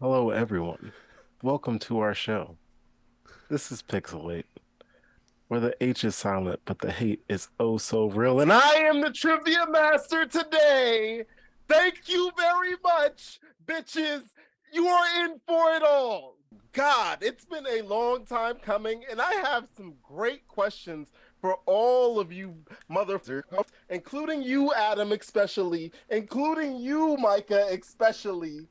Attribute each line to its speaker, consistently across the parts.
Speaker 1: Hello, everyone. Welcome to our show. This is Pixelate, where the H is silent, but the hate is oh so real. And I am the trivia master today. Thank you very much, bitches. You are in for it all. God, it's been a long time coming, and I have some great questions for all of you motherfuckers, including you, Adam, especially, including you, Micah, especially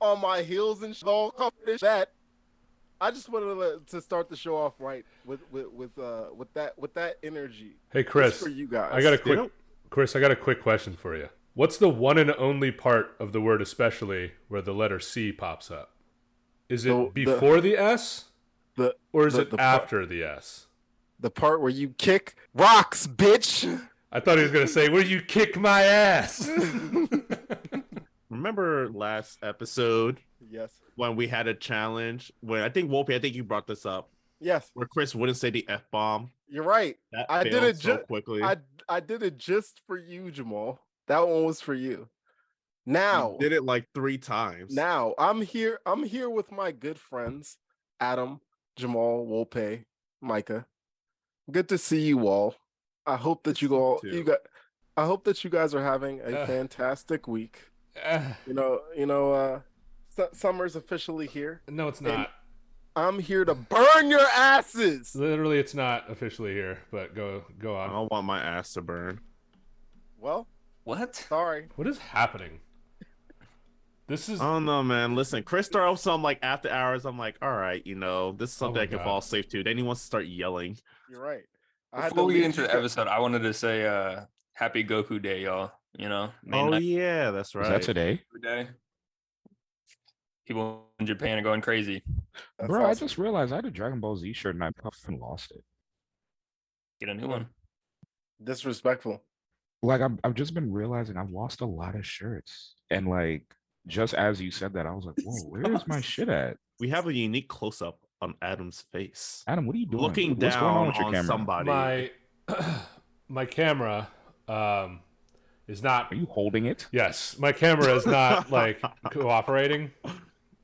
Speaker 1: on my heels and sh- all company that. I just wanted to, let- to start the show off right with with with uh with that with that energy.
Speaker 2: Hey
Speaker 1: Just
Speaker 2: Chris,
Speaker 1: for you guys,
Speaker 2: I got a
Speaker 1: You
Speaker 2: quick
Speaker 1: know?
Speaker 2: Chris, I got a quick question for you. What's the one and only part of the word especially where the letter C pops up? Is it
Speaker 1: The- the-
Speaker 2: before the, S
Speaker 1: the
Speaker 2: or is
Speaker 1: the-
Speaker 2: it
Speaker 1: the part-
Speaker 2: after the S?
Speaker 1: the part where you kick rocks, bitch.
Speaker 2: I thought he was going to say, "Where you kick my ass."
Speaker 3: Remember last episode
Speaker 1: Yes,
Speaker 3: when we had a challenge where I think Wolpe, I think you brought this up,
Speaker 1: yes,
Speaker 3: where Chris wouldn't say the f bomb.
Speaker 1: you're right.
Speaker 3: That
Speaker 1: I did
Speaker 3: failed
Speaker 1: it
Speaker 3: so
Speaker 1: ju-
Speaker 3: quickly.
Speaker 1: I I did it just for you, Jamal. That one was for you. Now,
Speaker 3: You did it like three times.
Speaker 1: now I'm here. I'm here with my good friends, Adam, Jamal, Wolpe, Micah. Good to see you all. I hope that you
Speaker 3: see you
Speaker 1: all
Speaker 3: too.
Speaker 1: you got. I hope that you guys are having a
Speaker 2: Ugh.
Speaker 1: fantastic week.
Speaker 2: Ah,
Speaker 1: You know, you know, uh, su- summer's officially here.
Speaker 2: no, it's not.
Speaker 1: I'm here to burn your asses.
Speaker 2: Literally, it's not officially here, but go go
Speaker 3: I
Speaker 2: on.
Speaker 4: Oh.
Speaker 3: don't want my ass to burn.
Speaker 1: Well,
Speaker 5: What?
Speaker 1: sorry.
Speaker 2: What is happening? This is
Speaker 3: I
Speaker 4: Oh,
Speaker 3: don't know, man. Listen, Chris threw up some like after hours. I'm like, all right, you know, this is
Speaker 4: Oh,
Speaker 3: something
Speaker 2: my
Speaker 3: I can
Speaker 2: God.
Speaker 3: fall safe to. Then he wants to start yelling.
Speaker 1: You're right. I had to
Speaker 5: Before we
Speaker 1: leave
Speaker 5: get into
Speaker 1: you
Speaker 5: the
Speaker 1: guys-
Speaker 5: episode, I wanted to say uh happy Goku Day, y'all. You know, May
Speaker 3: oh
Speaker 5: 9th
Speaker 3: yeah, that's right.
Speaker 4: Is that today?
Speaker 5: Goku Day. People in Japan are going crazy.
Speaker 1: That's
Speaker 4: Bro, I
Speaker 1: awesome.
Speaker 4: just realized I had a Dragon Ball Z shirt and I fucking lost it.
Speaker 5: Get a new one.
Speaker 1: disrespectful.
Speaker 4: Like I've I've just been realizing I've lost a lot of shirts. And like just as you said that, I was like, whoa, where is my shit at?
Speaker 3: We have a unique close up on Adam's face,
Speaker 4: Adam, what are you doing?
Speaker 3: looking
Speaker 4: What's
Speaker 3: down
Speaker 4: going on
Speaker 3: on,
Speaker 4: with your camera?
Speaker 3: somebody.
Speaker 2: my my camera um is not
Speaker 4: Are you holding it?
Speaker 2: Yes, my camera is not like cooperating.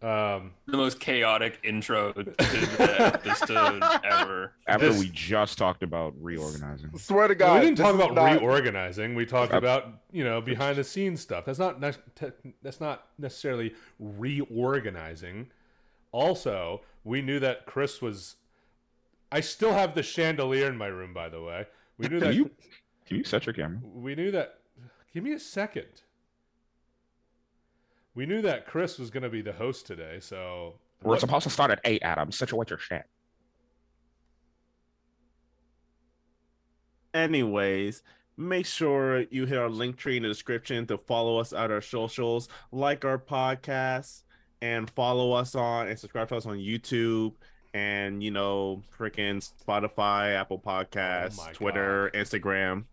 Speaker 2: Um,
Speaker 5: The most chaotic intro to the episode ever.
Speaker 4: After
Speaker 2: This-
Speaker 4: we just talked about reorganizing.
Speaker 1: I swear to
Speaker 2: well,
Speaker 1: God,
Speaker 2: we didn't
Speaker 1: this
Speaker 2: talk
Speaker 1: is
Speaker 2: about
Speaker 1: not-
Speaker 2: reorganizing. We talked
Speaker 4: Uh,
Speaker 2: about you know behind the scenes stuff. That's not nec- te- that's not necessarily reorganizing. Also, we knew that Chris was. I still have the chandelier in my room, by the way. We knew
Speaker 4: Can
Speaker 2: that.
Speaker 4: you can you set your camera?
Speaker 2: We knew that. Give me a second. We knew that Chris was going to be the host today, so
Speaker 4: We're supposed to start at eight, Adam. Set your what your shit.
Speaker 3: Anyways, make sure you hit our link tree in the description to follow us at our socials, like our podcast, and follow us on and subscribe to us on YouTube and you know freaking Spotify, Apple Podcasts,
Speaker 2: my
Speaker 3: Twitter, Instagram.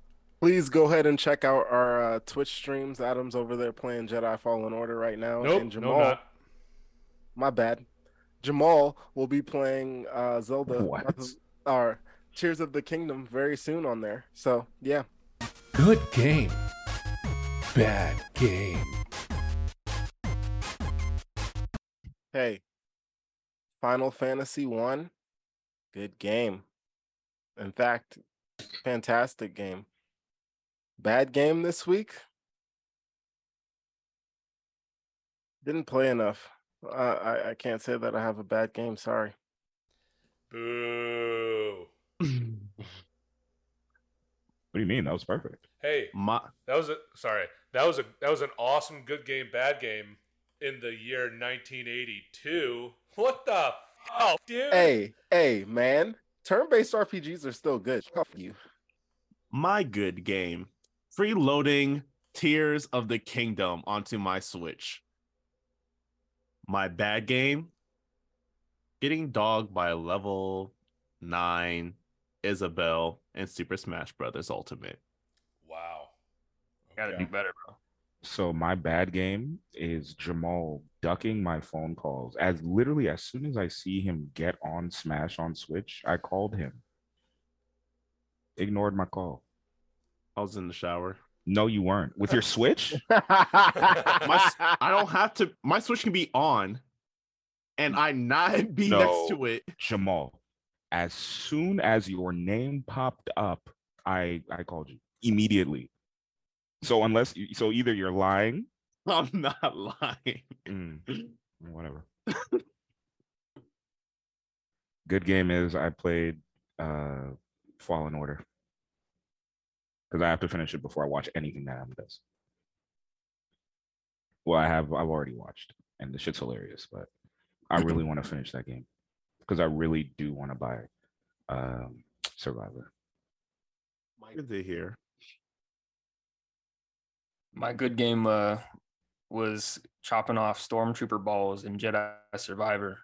Speaker 1: Please go ahead and check out our uh, Twitch streams. Adam's over there playing Jedi Fallen Order right now.
Speaker 2: nope,
Speaker 1: and
Speaker 2: no,
Speaker 1: Jamal,
Speaker 2: not.
Speaker 1: my bad. Jamal will be playing uh, Zelda
Speaker 4: What?
Speaker 1: Breath of- or Tears of the Kingdom very soon on there. So yeah,
Speaker 2: Good game. Bad game.
Speaker 1: hey, Final Fantasy One, good game. In fact, fantastic game. Bad game this week. Didn't play enough. I, I I can't say that I have a bad game. Sorry.
Speaker 2: Boo.
Speaker 4: What do you mean? That was perfect.
Speaker 2: Hey,
Speaker 3: My
Speaker 2: that was a sorry. That was a that was an awesome good game, bad game in the year 1982. What the fuck, dude?
Speaker 1: Hey, hey, man. Turn-based RPGs are still good. Fuck you.
Speaker 3: my good game. Freeloading Tears of the Kingdom onto my Switch. My bad game. Getting dogged by level 9 Isabel and Super Smash Brothers Ultimate.
Speaker 2: Wow.
Speaker 5: Gotta do
Speaker 2: Okay.
Speaker 5: better, bro.
Speaker 4: So my bad game is Jamal ducking my phone calls. As literally as soon as I see him get on Smash on Switch, I called him. Ignored my call.
Speaker 3: I was in the shower.
Speaker 4: No, you weren't. With your Switch?
Speaker 3: My- I don't have to. My Switch can be on, and I not be
Speaker 4: No.
Speaker 3: next to it.
Speaker 4: Jamal, as soon as your name popped up, I I called you immediately. So unless you- so either you're lying,
Speaker 3: I'm not lying.
Speaker 4: mm, whatever. Good game is I played uh Fallen Order. Because I have to finish it before I watch anything that Adam does. Well, I have I've already watched and the shit's hilarious, but I really want to finish that game. Because I really do want to buy um Survivor.
Speaker 3: Good to hear.
Speaker 5: My good game uh, was chopping off stormtrooper balls in Jedi Survivor.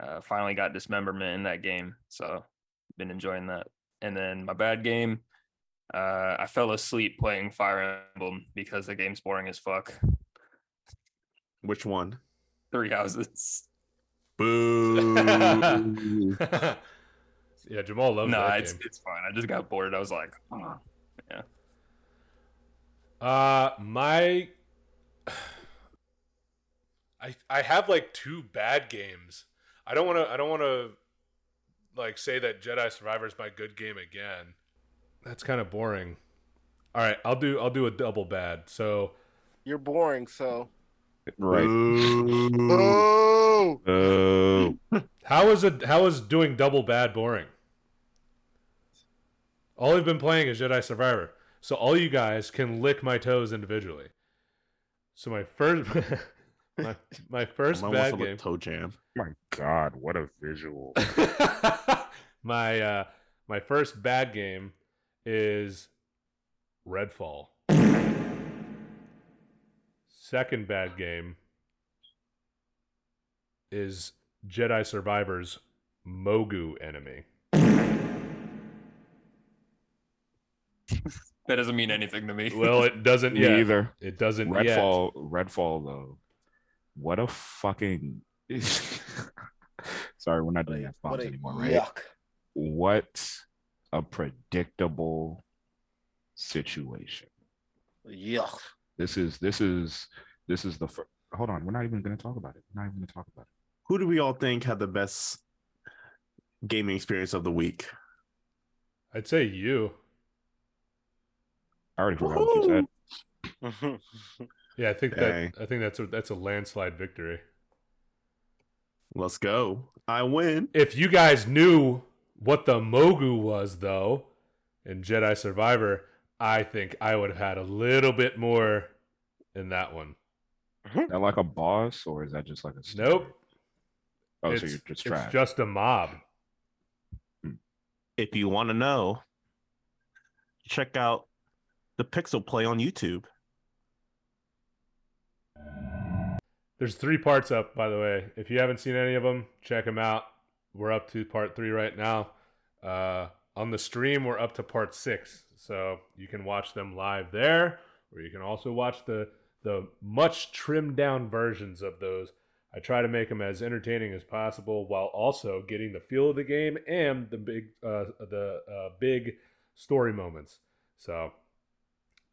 Speaker 5: Uh, finally got dismemberment in that game, so been enjoying that. And then my bad game, uh, I fell asleep playing Fire Emblem because the game's boring as fuck.
Speaker 3: Which one?
Speaker 5: Three houses.
Speaker 3: Boo.
Speaker 4: Ooh.
Speaker 2: yeah, Jamal loves
Speaker 5: no,
Speaker 2: that
Speaker 5: it's
Speaker 2: game.
Speaker 5: it's fine. I just got bored. I was like, "Ugh."
Speaker 2: Uh, my, I I have like two bad games. I don't want to. I don't want to, like, say that Jedi Survivor is my good game again. That's kind of boring. All right, I'll do. I'll do a double bad. So,
Speaker 6: You're boring, so.
Speaker 4: right.
Speaker 3: Boo.
Speaker 6: Oh!
Speaker 4: Oh,
Speaker 2: how is it? How is doing double bad boring? All I've been playing is Jedi Survivor. So all you guys can lick my toes individually. So my first, my, my first
Speaker 3: Mine wants
Speaker 2: bad
Speaker 3: to look
Speaker 2: game.
Speaker 3: toe jam.
Speaker 4: my god, what a visual.
Speaker 2: my uh my first bad game is Redfall. Second bad game is Jedi Survivors Mogu enemy.
Speaker 5: that doesn't mean anything to me.
Speaker 2: Well, it doesn't
Speaker 4: Me
Speaker 2: yet.
Speaker 4: either.
Speaker 2: It doesn't yet.
Speaker 4: Redfall, Redfall though. What a fucking Sorry, we're not doing F bombs anymore, right?
Speaker 6: yuck.
Speaker 4: What a predictable situation.
Speaker 6: Yuck.
Speaker 4: This is this is this is the first hold on, we're not even gonna talk about it. We're not even gonna talk about it.
Speaker 3: Who do we all think had the best gaming experience of the week?
Speaker 2: I'd say you.
Speaker 4: I already forgot what you said.
Speaker 2: Yeah, I think
Speaker 3: Dang.
Speaker 2: that I think that's a that's a landslide victory.
Speaker 3: Let's go. I win.
Speaker 2: if you guys knew what the Mogu was, though, in Jedi Survivor, I think I would have had a little bit more in that one.
Speaker 4: Is that like a boss or is that just like a story?
Speaker 2: Nope.
Speaker 4: Oh,
Speaker 2: it's,
Speaker 4: so you're just
Speaker 2: it's
Speaker 4: trash.
Speaker 2: just a mob.
Speaker 3: If you want to know, check out the Pixel Play on YouTube.
Speaker 2: There's three parts up, by the way. If you haven't seen any of them, check them out. We're up to part three right now. Uh, on the stream, we're up to part six, so you can watch them live there, or you can also watch the the much trimmed down versions of those. I try to make them as entertaining as possible while also getting the feel of the game and the big uh, the uh, big story moments. So,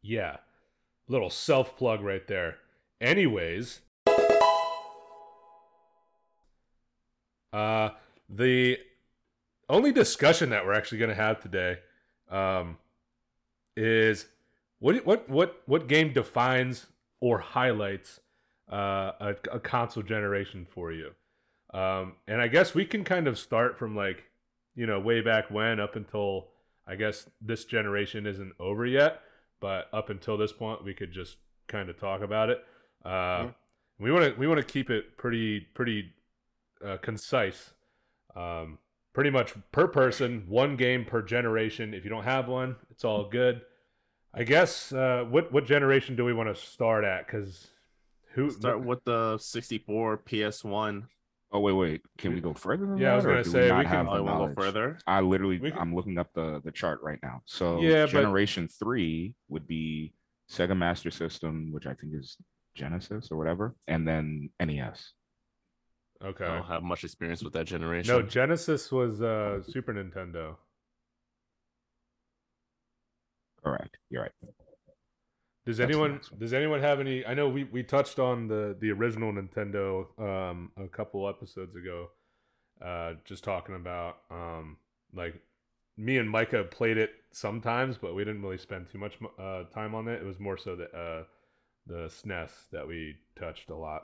Speaker 2: yeah, little self plug right there. Anyways, Uh, the only discussion that we're actually going to have today um, is what what what what game defines or highlights uh, a, a console generation for you, um, and I guess we can kind of start from like you know way back when up until I guess this generation isn't over yet, but up until this point we could just kind of talk about it. Uh, We want to we want to keep it pretty pretty uh, concise. Um, pretty much per person, one game per generation. If you don't have one, it's all good. I guess. Uh, what what generation do we want to start at? Because who?
Speaker 3: Start with the 64 PS1.
Speaker 4: oh wait, wait. Can we go further than
Speaker 2: Yeah, I was
Speaker 4: that, or
Speaker 2: gonna
Speaker 4: do
Speaker 2: say,
Speaker 4: not
Speaker 2: we can-
Speaker 4: have the
Speaker 3: Oh, you want to go
Speaker 4: knowledge?
Speaker 3: further?
Speaker 4: I literally
Speaker 2: We could-
Speaker 4: I'm looking up the the chart right now. So
Speaker 2: Yeah, but-
Speaker 4: generation three would be Sega Master System, which I think is Genesis or whatever, and then E NES.
Speaker 2: okay.
Speaker 4: Oh,
Speaker 3: I don't have much experience with that generation.
Speaker 2: no, Genesis was uh, Super Nintendo.
Speaker 4: Correct. You're right.
Speaker 2: Does
Speaker 4: That's the
Speaker 2: anyone
Speaker 4: next one.
Speaker 2: does anyone have any? I know we, we touched on the the original Nintendo um, a couple episodes ago, uh, just talking about um, like me and Micah played it sometimes, but we didn't really spend too much uh, time on it. It was more so the uh, the SNES that we touched a lot.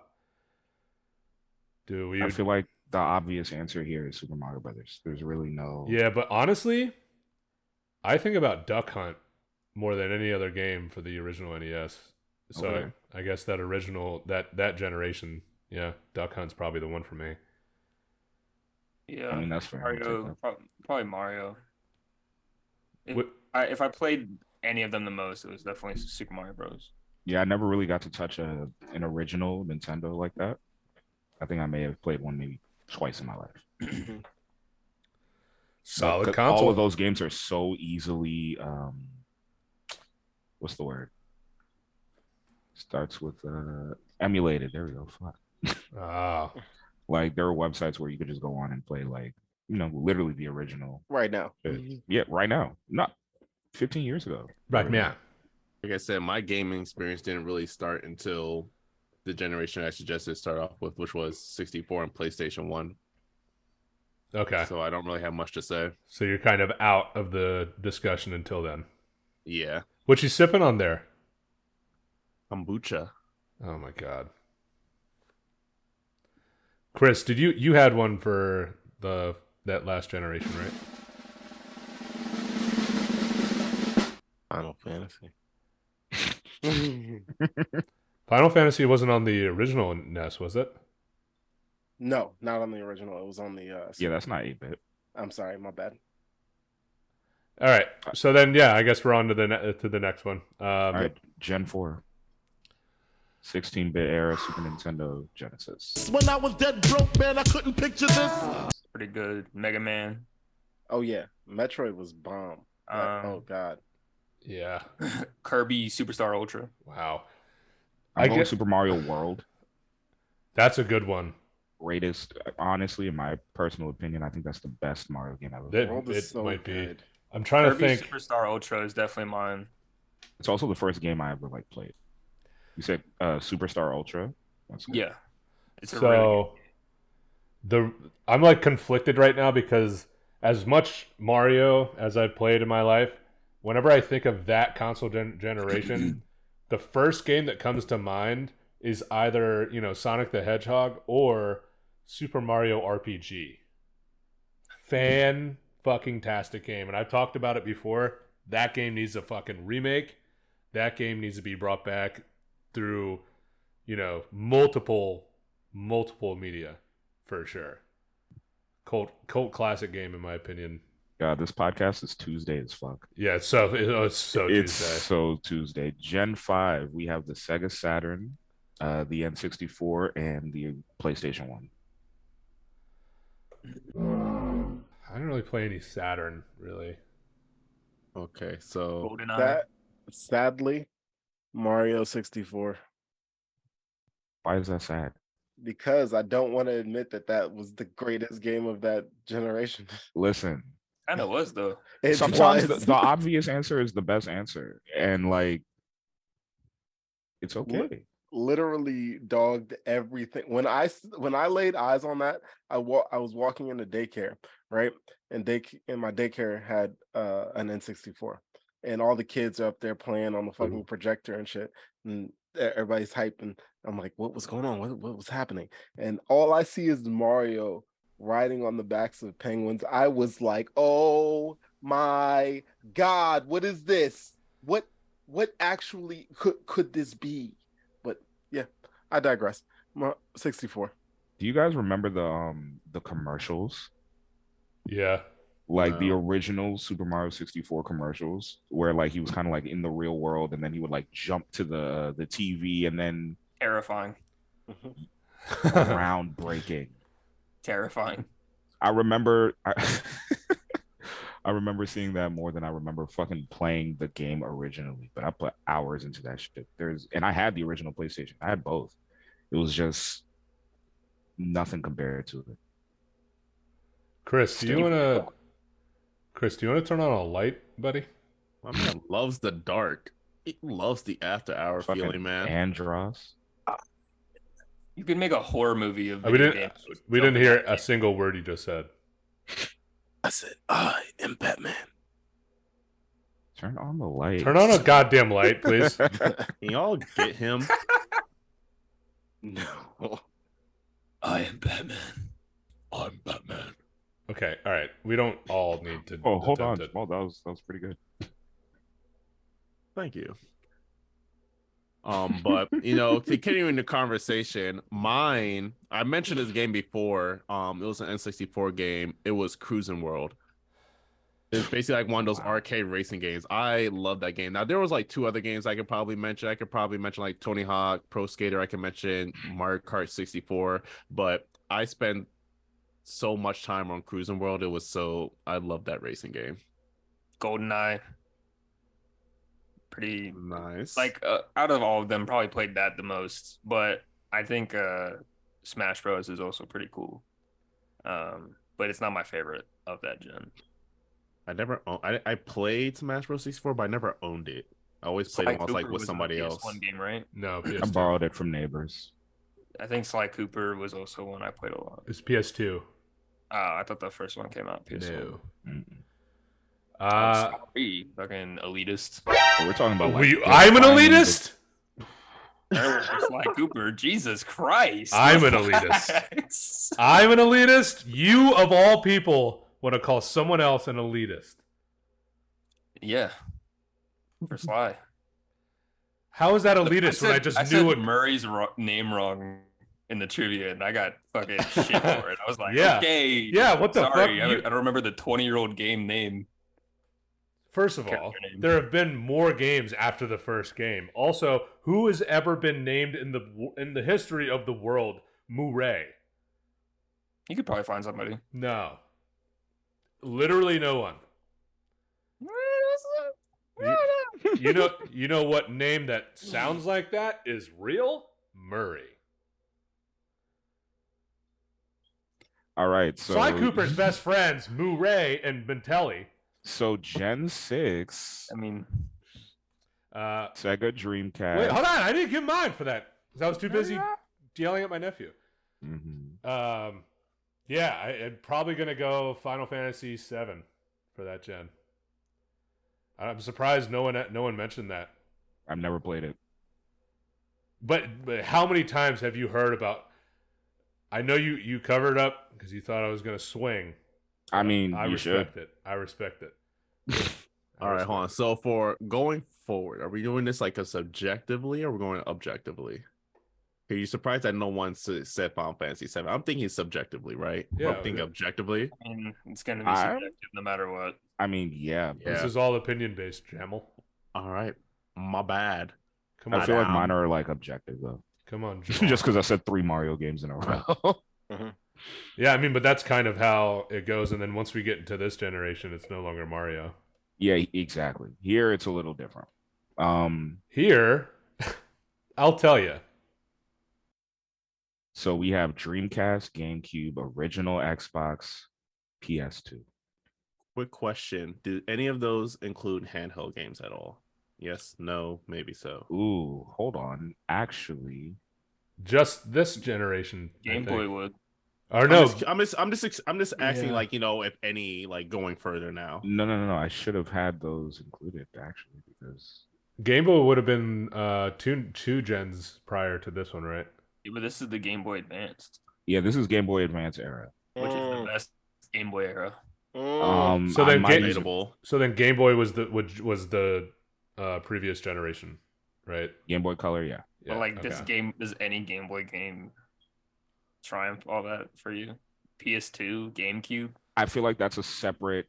Speaker 2: Do we?
Speaker 4: I feel like the obvious answer here is Super Mario Brothers. There's really no
Speaker 2: Yeah, but honestly, I think about Duck Hunt more than any other game for the original NES. So
Speaker 4: Okay.
Speaker 2: I, I guess that original that that generation, yeah, Duck Hunt's probably the one for me.
Speaker 4: I
Speaker 5: Yeah,
Speaker 4: mean that's fair. I'll take
Speaker 5: Mario,
Speaker 4: that.
Speaker 5: prob- probably Mario. If
Speaker 2: Wh-
Speaker 5: I, if I played any of them the most, it was definitely Super Mario Bros.
Speaker 4: Yeah, I never really got to touch a an original Nintendo like that. I think I may have played one maybe twice in my life.
Speaker 2: Solid
Speaker 4: 'Cause
Speaker 2: console.
Speaker 4: All of those games are so easily um what's the word? Starts with uh emulated. There we go. Fuck.
Speaker 2: Ah,
Speaker 4: Like there are websites where you could just go on and play like, you know, literally the original.
Speaker 1: right now.
Speaker 4: shit. Yeah, right now. Not 15 years ago.
Speaker 2: right, yeah.
Speaker 3: Like I said, my gaming experience didn't really start until the generation I suggested start off with, which was 64 and PlayStation 1.
Speaker 2: Okay,
Speaker 3: So I don't really have much to say.
Speaker 2: so you're kind of out of the discussion until then.
Speaker 3: Yeah.
Speaker 2: What you sipping on there?
Speaker 3: Kombucha.
Speaker 2: Oh my god, Chris, did you you had one for the that last generation, right?
Speaker 1: Final Fantasy.
Speaker 2: Final Fantasy wasn't on the original NES, was it?
Speaker 1: No, not on the original. It was on the. Uh,
Speaker 4: Yeah, that's not 8 bit.
Speaker 1: I'm sorry, my bad.
Speaker 2: All right. So then, yeah, I guess we're on to the ne- to the next one. Um,
Speaker 4: All right, Gen 4. 16 bit era Super Nintendo Genesis.
Speaker 7: When I was dead broke, man, I couldn't picture this.
Speaker 5: It's pretty good. Mega Man.
Speaker 1: Oh yeah, Metroid was bomb. That-
Speaker 5: Um,
Speaker 1: oh god,
Speaker 2: Yeah.
Speaker 5: Kirby Superstar Ultra.
Speaker 2: Wow. I
Speaker 4: I'm going
Speaker 2: get-
Speaker 4: Super Mario World.
Speaker 2: That's a good one.
Speaker 4: Greatest, honestly, in my personal opinion, I think that's the best Mario game ever.
Speaker 2: That- It-
Speaker 1: world
Speaker 2: it
Speaker 1: is so
Speaker 2: might be.
Speaker 1: good.
Speaker 2: I'm trying
Speaker 5: Kirby
Speaker 2: to think.
Speaker 5: Superstar Ultra is definitely mine.
Speaker 4: It's also the first game I ever like played. You said uh, Superstar Ultra. That's it.
Speaker 5: Yeah. It's a really
Speaker 2: so the I'm like conflicted right now because as much Mario as I've played in my life, whenever I think of that console gen- generation, the first game that comes to mind is either you know Sonic the Hedgehog or Super Mario RPG. Fan fucking tastic game, and I've talked about it before. That game needs a fucking remake. That game needs to be brought back through, you know, multiple multiple media for sure. Cult cult classic game in my opinion.
Speaker 4: God, this podcast is Tuesday as fuck.
Speaker 2: Yeah, it's so it- oh, it's so
Speaker 4: it's
Speaker 2: Tuesday.
Speaker 4: so Tuesday. Gen 5, we have the Sega Saturn, uh, the N64, and the PlayStation 1.
Speaker 2: I didn't really play any Saturn really.
Speaker 3: Okay. So
Speaker 2: Uh,
Speaker 5: golden eye.
Speaker 1: That sadly, Mario 64.
Speaker 4: Why is that sad?
Speaker 1: Because I don't want to admit that that was the greatest game of that generation.
Speaker 4: Listen,
Speaker 5: Kind of was though.
Speaker 1: It
Speaker 4: sometimes the,
Speaker 1: was.
Speaker 4: the obvious answer is the best answer, and like, it's okay.
Speaker 1: literally dogged everything. When I s- when I laid eyes on that, I wa- I was walking into daycare, right? And day and my daycare had uh, an N64, and all the kids are up there playing on the fucking projector and shit, and e- everybody's hyping. I'm like, what was going on? What what was happening? And all I see is Mario riding on the backs of penguins. I was like, oh my god, what is this? What what actually could could this be? I digress. Mar- 64.
Speaker 4: Do you guys remember the um the commercials,
Speaker 2: Yeah.
Speaker 4: like the
Speaker 3: No.
Speaker 4: original Super Mario 64 commercials, where like he was kind of like in the real world, and then he would like jump to the the TV, and then
Speaker 5: Terrifying.
Speaker 6: Mm-hmm.
Speaker 4: groundbreaking.
Speaker 5: Terrifying.
Speaker 4: I remember I, I remember seeing that more than I remember fucking playing the game originally. But I put hours into that shit. There's and I had the original PlayStation. I had both. It was just nothing compared to it.
Speaker 2: Chris, do you want to Chris, do you want to turn on a light, buddy?
Speaker 3: my man loves the dark. He loves the after hour
Speaker 4: Fucking
Speaker 3: feeling, man.
Speaker 4: Andros.
Speaker 5: You could make a horror movie of
Speaker 2: Uh, we
Speaker 5: video
Speaker 2: didn't-
Speaker 5: games.
Speaker 2: We didn't hear a single word you just said.
Speaker 6: I said, I am Batman.
Speaker 4: Turn on the light.
Speaker 2: Turn on a goddamn light, please.
Speaker 3: Can y'all get him? no.
Speaker 5: I am Batman. I'm Batman.
Speaker 2: Okay, all right. We don't all need to.
Speaker 4: oh, hold on.
Speaker 2: attempt it.
Speaker 4: Jamal, that was that was pretty good.
Speaker 3: Thank you. Um, but you know, continuing the conversation, mine I mentioned this game before. Um, it was an N64 game, it was Cruising World. It's basically like one of those arcade racing games. I love that game. Now there was like two other games I could probably mention. I could probably mention like Tony Hawk, Pro Skater, I could mention Mario Kart 64, but I spent so much time on Cruising World. It was so I love that racing game.
Speaker 5: Goldeneye. Pretty
Speaker 3: Nice.
Speaker 5: like uh, out of all of them, probably played that the most. But I think uh, Smash Bros is also pretty cool. Um, but it's not my favorite of that gen.
Speaker 3: I never own. I, I played Smash Bros. 64, but I never owned it. I always played
Speaker 5: Sly
Speaker 3: it once, like
Speaker 5: Cooper
Speaker 3: with
Speaker 5: was on
Speaker 3: somebody
Speaker 5: PS1
Speaker 3: else.
Speaker 5: game, right?
Speaker 2: No,
Speaker 4: I
Speaker 2: PS2.
Speaker 4: borrowed it from neighbors.
Speaker 5: I think Sly Cooper was also one I played a lot.
Speaker 2: It's PS2.
Speaker 5: Oh, I thought the first one came out PS1.
Speaker 2: No.
Speaker 4: Mm.
Speaker 2: Uh,
Speaker 5: Sorry, fucking elitist.
Speaker 4: But we're talking about. Like,
Speaker 2: we,
Speaker 4: just
Speaker 2: I'm an
Speaker 4: finding the-
Speaker 2: elitist.
Speaker 5: There was Sly Cooper. Jesus Christ.
Speaker 2: I'm an elitist. I'm an elitist. You of all people want to call someone else an elitist.
Speaker 5: yeah. For Sly.
Speaker 2: How is that elitist
Speaker 5: I
Speaker 2: when I
Speaker 5: said-
Speaker 2: just
Speaker 5: I
Speaker 2: knew
Speaker 5: said
Speaker 2: what?
Speaker 5: Murray's ro- name wrong in the trivia, and I got fucking shit for it. I was like,
Speaker 2: Yeah.
Speaker 5: okay,
Speaker 2: Yeah, what the
Speaker 5: sorry,
Speaker 2: fuck?
Speaker 5: I,
Speaker 2: You-
Speaker 5: I don't remember the twenty-year-old game name.
Speaker 2: First of all,
Speaker 5: Character name.
Speaker 2: there have been more games after the first game. Also, who has ever been named in the w- in the history of the world Murray?
Speaker 5: You could probably find somebody.
Speaker 2: No, literally no one. You, you know, you know what name that sounds like that is real Murray.
Speaker 4: All right, so
Speaker 2: Sly Cooper's best friends Murray and Bentelli.
Speaker 4: So Gen six,
Speaker 5: I mean,
Speaker 2: Uh,
Speaker 4: Sega Dreamcast.
Speaker 2: wait, hold on, I didn't give mine for that because I was too busy
Speaker 6: Mm-hmm.
Speaker 2: yelling at my nephew.
Speaker 4: Mhm.
Speaker 2: Um, yeah, I, I'm probably gonna go Final Fantasy VII for that gen. I'm surprised no one no one mentioned that.
Speaker 4: I've never played it.
Speaker 2: But, but how many times have you heard about? I know you you covered up because you thought I was gonna swing.
Speaker 4: I mean,
Speaker 2: I
Speaker 4: you should.
Speaker 2: respect it. I respect it. I
Speaker 3: All right,
Speaker 2: respect
Speaker 3: hold on.
Speaker 2: it.
Speaker 3: So for going forward, are we doing this like a subjectively or we're going objectively? Are you surprised that no one s- said Final Fantasy 7? I'm thinking subjectively, right?
Speaker 2: Yeah,
Speaker 3: I'm thinking
Speaker 2: yeah.
Speaker 3: objectively.
Speaker 5: I mean, it's gonna be
Speaker 4: I-
Speaker 5: subjective no matter what.
Speaker 4: I mean, yeah. but
Speaker 2: This
Speaker 3: Yeah.
Speaker 2: is all opinion based, Jamel.
Speaker 3: All right. My bad.
Speaker 2: Come
Speaker 4: I
Speaker 2: on,
Speaker 4: feel like
Speaker 3: down.
Speaker 4: mine are like objective though,
Speaker 2: come on, Jamal.
Speaker 4: just because I said three Mario games in a row.
Speaker 2: Yeah, I mean, but that's kind of how it goes. And then once we get into this generation, it's no longer Mario.
Speaker 4: Yeah, e- exactly. Here it's a little different. Um,
Speaker 2: Here, I'll tell you.
Speaker 4: so we have Dreamcast, GameCube, original Xbox, PS2.
Speaker 3: Quick question. Did any of those include handheld games at all? Yes, no, maybe so.
Speaker 4: Ooh, hold on. Actually,
Speaker 2: Just this generation. I
Speaker 5: Game
Speaker 2: think.
Speaker 5: Boy would.
Speaker 2: Or
Speaker 3: I'm
Speaker 2: no,
Speaker 3: just, I'm just, I'm just, ex- I'm just asking,
Speaker 2: Yeah.
Speaker 3: like, you know, if any, like, going further now.
Speaker 4: no, no, no, no. I should have had those included actually because
Speaker 2: Game Boy would have been uh, two two gens prior to this one, right?
Speaker 5: Yeah, But this is the Game Boy Advanced,
Speaker 4: yeah, this is Game Boy Advance era.
Speaker 5: which is
Speaker 4: Mm.
Speaker 5: the best Game Boy era.
Speaker 6: Mm-hmm.
Speaker 4: Um,
Speaker 2: So
Speaker 4: I
Speaker 2: then
Speaker 4: might
Speaker 2: Ga-
Speaker 4: use a-
Speaker 3: Debatable.
Speaker 2: So then Game Boy was the was, was the uh, previous generation, right?
Speaker 4: Game Boy Color, yeah.
Speaker 2: Yeah,
Speaker 5: but like this
Speaker 2: okay.
Speaker 5: game, does any Game Boy game triumph all that for you? PS2, GameCube.
Speaker 4: I feel like that's a separate.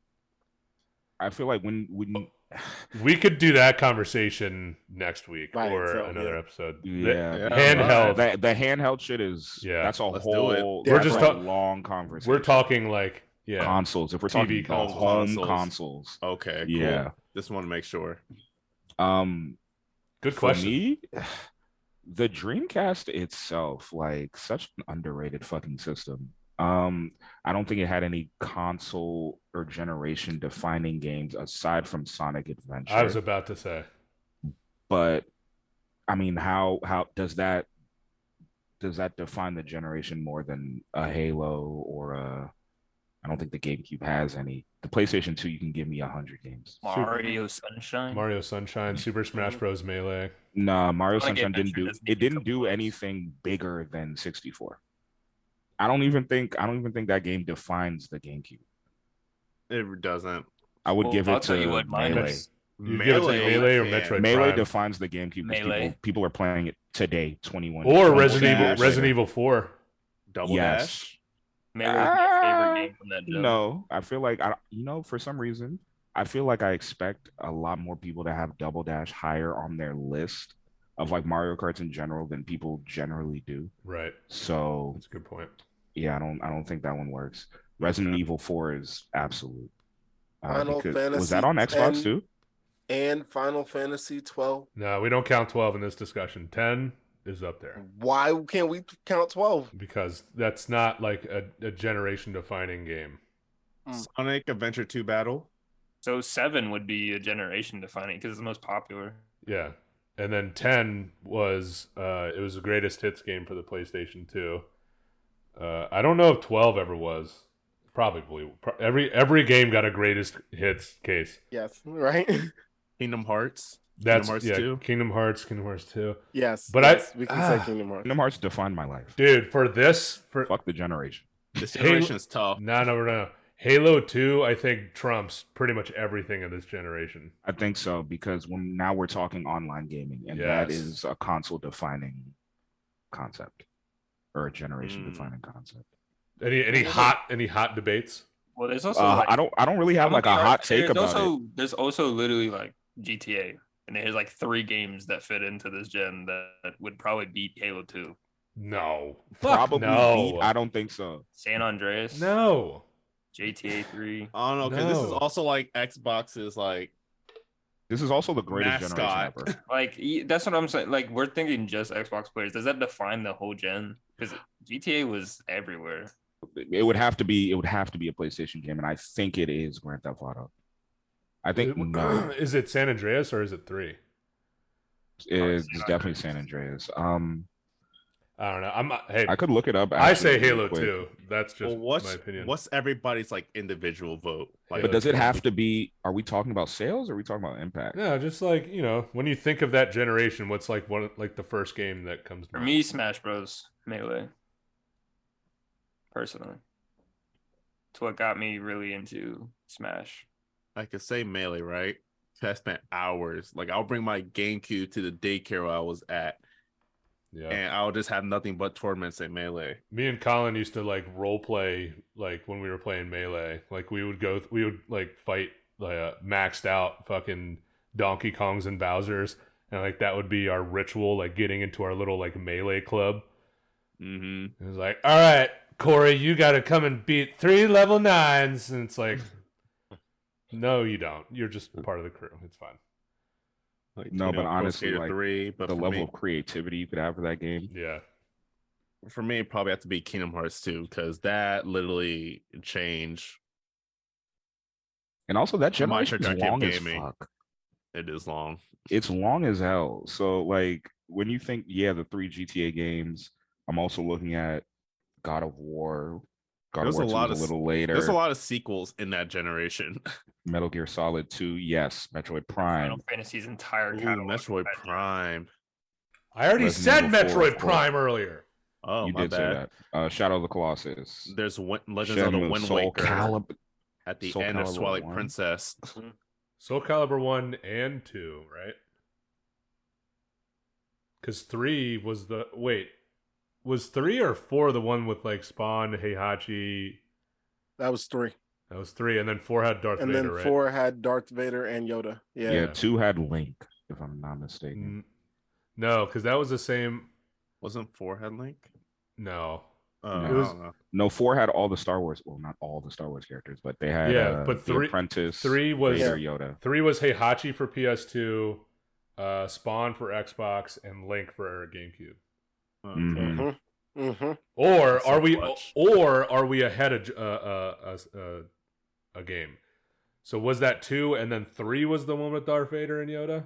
Speaker 4: I feel like when when
Speaker 2: We could do that conversation next week
Speaker 6: By
Speaker 2: or
Speaker 6: itself,
Speaker 2: another
Speaker 6: yeah.
Speaker 2: episode.
Speaker 4: yeah,
Speaker 3: Yeah.
Speaker 2: handheld.
Speaker 4: The, the handheld shit is
Speaker 2: Yeah.
Speaker 4: yeah. That's a
Speaker 3: Let's do it.
Speaker 4: whole.
Speaker 6: We're
Speaker 4: that's
Speaker 6: just
Speaker 4: a
Speaker 2: talk-
Speaker 4: long conversation.
Speaker 2: We're talking like yeah,
Speaker 4: consoles. If we're
Speaker 2: TV
Speaker 4: talking about
Speaker 2: consoles.
Speaker 4: home
Speaker 3: Consoles.
Speaker 4: consoles,
Speaker 3: Okay. Cool.
Speaker 4: yeah.
Speaker 3: Just want to make sure.
Speaker 4: Um,
Speaker 2: good
Speaker 4: for
Speaker 2: question.
Speaker 4: me, the Dreamcast itself, like such an underrated fucking system. Um, I don't think it had any console or generation defining games aside from Sonic Adventure.
Speaker 2: I was about to say
Speaker 4: but I mean, how how does that does that define the generation more than a Halo or a? I don't think the GameCube has any. The PlayStation Two, you can give me a hundred games.
Speaker 2: Super-
Speaker 5: Mario Sunshine.
Speaker 2: Mario Sunshine, Super Smash Bros. Melee.
Speaker 4: Nah, Mario
Speaker 5: Sonic
Speaker 4: Sunshine didn't
Speaker 5: Adventure
Speaker 4: do
Speaker 5: doesn't
Speaker 4: it.
Speaker 5: even
Speaker 4: Didn't
Speaker 5: come
Speaker 4: do
Speaker 5: close.
Speaker 4: anything bigger than sixty four. I don't even think I don't even think that game defines the GameCube.
Speaker 3: It doesn't.
Speaker 4: I would
Speaker 5: Well,
Speaker 4: give it
Speaker 5: I'll
Speaker 4: to
Speaker 5: tell you what mine
Speaker 4: Melee.
Speaker 5: is.
Speaker 2: You give it to Melee or
Speaker 3: yeah.
Speaker 2: Metroid
Speaker 4: Melee
Speaker 2: Prime.
Speaker 4: defines the GameCube. 'cause
Speaker 5: Melee.
Speaker 4: People, people are playing it today. Twenty one
Speaker 2: or Resident
Speaker 3: Dash.
Speaker 2: Evil, Resident Evil Four.
Speaker 3: Double
Speaker 4: Yes.
Speaker 3: dash.
Speaker 5: Melee was my
Speaker 4: Ah,
Speaker 5: favorite game from that. gen.
Speaker 4: No, I feel like I, you know, for some reason, I feel like I expect a lot more people to have Double Dash higher on their list of like Mario Karts in general than people generally do.
Speaker 2: Right.
Speaker 4: So
Speaker 2: That's a good point.
Speaker 4: yeah, I don't, I don't think that one works. Resident Evil Four is absolute. Uh,
Speaker 6: Final
Speaker 4: because- was that
Speaker 6: Fantasy
Speaker 4: on Xbox
Speaker 6: 10.
Speaker 4: too?
Speaker 6: And Final Fantasy 12.
Speaker 2: No, we don't count twelve in this discussion. Ten is up there
Speaker 6: Why can't we count 12?
Speaker 2: because that's not like a, a generation defining game.
Speaker 3: Sonic Adventure Two Battle.
Speaker 5: So seven would be a generation defining because it's the most popular.
Speaker 2: Yeah. And then 10 was uh it was the greatest hits game for the PlayStation 2. Uh I don't know if 12 ever was. Probably Pro- every every game got a greatest hits case.
Speaker 6: Yes, right?
Speaker 3: Kingdom Hearts.
Speaker 2: That's
Speaker 3: Hearts
Speaker 2: yeah,
Speaker 3: 2.
Speaker 2: Kingdom Hearts, Kingdom Hearts 2.
Speaker 6: yes.
Speaker 2: But I-
Speaker 6: yes, we can
Speaker 2: ah.
Speaker 6: say Kingdom Hearts.
Speaker 4: Kingdom Hearts defined my life.
Speaker 2: Dude, for this for
Speaker 4: Fuck the generation.
Speaker 3: This
Speaker 2: Halo-
Speaker 3: generation's tough.
Speaker 2: no no no. Halo 2 I think trumps pretty much everything in this generation.
Speaker 4: I think so because when now we're talking online gaming, and that
Speaker 2: Yes.
Speaker 4: is a console defining concept or a generation defining concept.
Speaker 2: Any any hot any hot debates?
Speaker 5: Well, there's also
Speaker 4: Uh,
Speaker 5: like,
Speaker 4: I don't I don't really have like a hot take
Speaker 5: there's
Speaker 4: about
Speaker 5: also,
Speaker 4: it.
Speaker 5: There's also literally like GTA, and there's like three games that fit into this gen that would probably beat Halo Two.
Speaker 2: No. Fuck
Speaker 4: Probably
Speaker 2: no.
Speaker 4: beat- I don't think so.
Speaker 5: San Andreas,
Speaker 2: no.
Speaker 5: GTA Three.
Speaker 3: I don't know because this is
Speaker 2: No.
Speaker 3: also like Xbox's like
Speaker 4: This is also the greatest
Speaker 3: Mascot.
Speaker 4: generation ever.
Speaker 5: Like y- that's what I'm saying. Like we're thinking just Xbox players. Does that define the whole gen? Because GTA was everywhere.
Speaker 4: It would have to be it would have to be a PlayStation game, and I think it is Grand Theft Auto. I think no,
Speaker 2: is it San Andreas or is it 3?
Speaker 4: it's definitely San Andreas. Um,
Speaker 2: I don't know. I'm not- hey.
Speaker 4: I could look it up.
Speaker 2: I
Speaker 4: actually
Speaker 2: say
Speaker 4: really
Speaker 2: Halo
Speaker 4: quick.
Speaker 2: 2. That's just
Speaker 3: well, what's
Speaker 2: my opinion.
Speaker 3: what's everybody's like individual vote? Like,
Speaker 4: But does it have to be? Are we talking about sales? or Are we talking about impact?
Speaker 2: no, just like you know, when you think of that generation, what's like one like the first game that comes to
Speaker 5: For
Speaker 2: mind?
Speaker 5: me, Smash Bros. Melee. Personally, it's what got me really into Smash.
Speaker 3: I could say melee, right? 'Cause I spent hours. Like I'll bring my GameCube to the daycare where I was at,
Speaker 2: Yeah,
Speaker 3: and I'll just have nothing but tournaments and melee.
Speaker 2: me and Colin used to like role play like when we were playing melee. Like we would go, th- we would like fight like uh, maxed out fucking Donkey Kongs and Bowser's, and like that would be our ritual, like getting into our little like melee club.
Speaker 3: Mm-hmm.
Speaker 2: It was like, all right, Corey, you got to come and beat three level nines, and it's like, no, you don't. You're just part of the crew. It's fine.
Speaker 3: Like,
Speaker 4: No, but
Speaker 3: Pro
Speaker 4: honestly,
Speaker 3: Skater
Speaker 4: like,
Speaker 3: three, but
Speaker 4: the
Speaker 3: for
Speaker 4: level
Speaker 3: me-
Speaker 4: of creativity you could have for that game.
Speaker 2: Yeah.
Speaker 3: for me, it probably have to be Kingdom Hearts 2 because that literally changed.
Speaker 4: And also that
Speaker 3: I'm not sure
Speaker 4: generation
Speaker 3: Dark
Speaker 4: is
Speaker 3: Knight
Speaker 4: long as
Speaker 3: Gaming.
Speaker 4: fuck.
Speaker 3: It is long.
Speaker 4: It's long as hell. So like when you think, yeah, the three GTA games, I'm also looking at God of War. God
Speaker 3: There's
Speaker 4: of War
Speaker 3: a
Speaker 4: 2
Speaker 3: lot
Speaker 4: was
Speaker 3: of
Speaker 4: a
Speaker 3: s-
Speaker 4: little later.
Speaker 3: There's a lot of sequels in that generation.
Speaker 4: Metal Gear Solid 2, yes. Metroid Prime.
Speaker 5: Final Fantasy's entire
Speaker 3: Ooh,
Speaker 5: catalog.
Speaker 3: Metroid
Speaker 5: That-
Speaker 3: Prime.
Speaker 2: I already said
Speaker 4: Resident Evil four,
Speaker 2: Metroid
Speaker 4: of course.
Speaker 2: Prime earlier.
Speaker 3: Oh,
Speaker 4: you
Speaker 3: my
Speaker 4: did say
Speaker 3: bad.
Speaker 4: that. Uh, Shadow of the Colossus.
Speaker 3: There's Win- Legends of the
Speaker 4: Shenmue,
Speaker 3: Wind
Speaker 4: Soul
Speaker 3: Waker
Speaker 4: Calib-
Speaker 3: at the
Speaker 4: Soul
Speaker 3: end of
Speaker 4: Calibur
Speaker 3: Twilight
Speaker 4: 1.
Speaker 3: Princess.
Speaker 2: Soul Calibur 1 and 2, right? Because 3 was the. Wait. Was 3 or 4 the one with like Spawn, Heihachi?
Speaker 6: That was three.
Speaker 2: That was 3. And then 4 had Darth
Speaker 6: and
Speaker 2: Vader,
Speaker 6: then
Speaker 2: right?
Speaker 6: four had Darth Vader and Yoda. Yeah.
Speaker 4: yeah. two had Link, if I'm not mistaken.
Speaker 3: Mm.
Speaker 2: N- No, because that was the same.
Speaker 3: Wasn't Forehead Link?
Speaker 2: No.
Speaker 3: Uh,
Speaker 4: No.
Speaker 3: I
Speaker 2: It was-
Speaker 3: don't know.
Speaker 4: No, four had all the Star Wars. Well, not all the Star Wars characters, but they had
Speaker 2: Yeah,
Speaker 4: uh,
Speaker 2: but
Speaker 4: the
Speaker 2: three-
Speaker 4: Apprentice,
Speaker 2: 3 was.
Speaker 4: Vader, Yoda.
Speaker 2: 3 was Heihachi for PS2, uh, Spawn for Xbox, and Link for GameCube.
Speaker 3: Oh,
Speaker 4: Mhm.
Speaker 3: okay.
Speaker 6: Mm-hmm. Mm-hmm.
Speaker 2: Or
Speaker 3: That's so
Speaker 2: are we?
Speaker 3: much.
Speaker 2: Or are we ahead of uh, uh, uh, a game? So was that two, and then three was the one with Darth Vader and Yoda?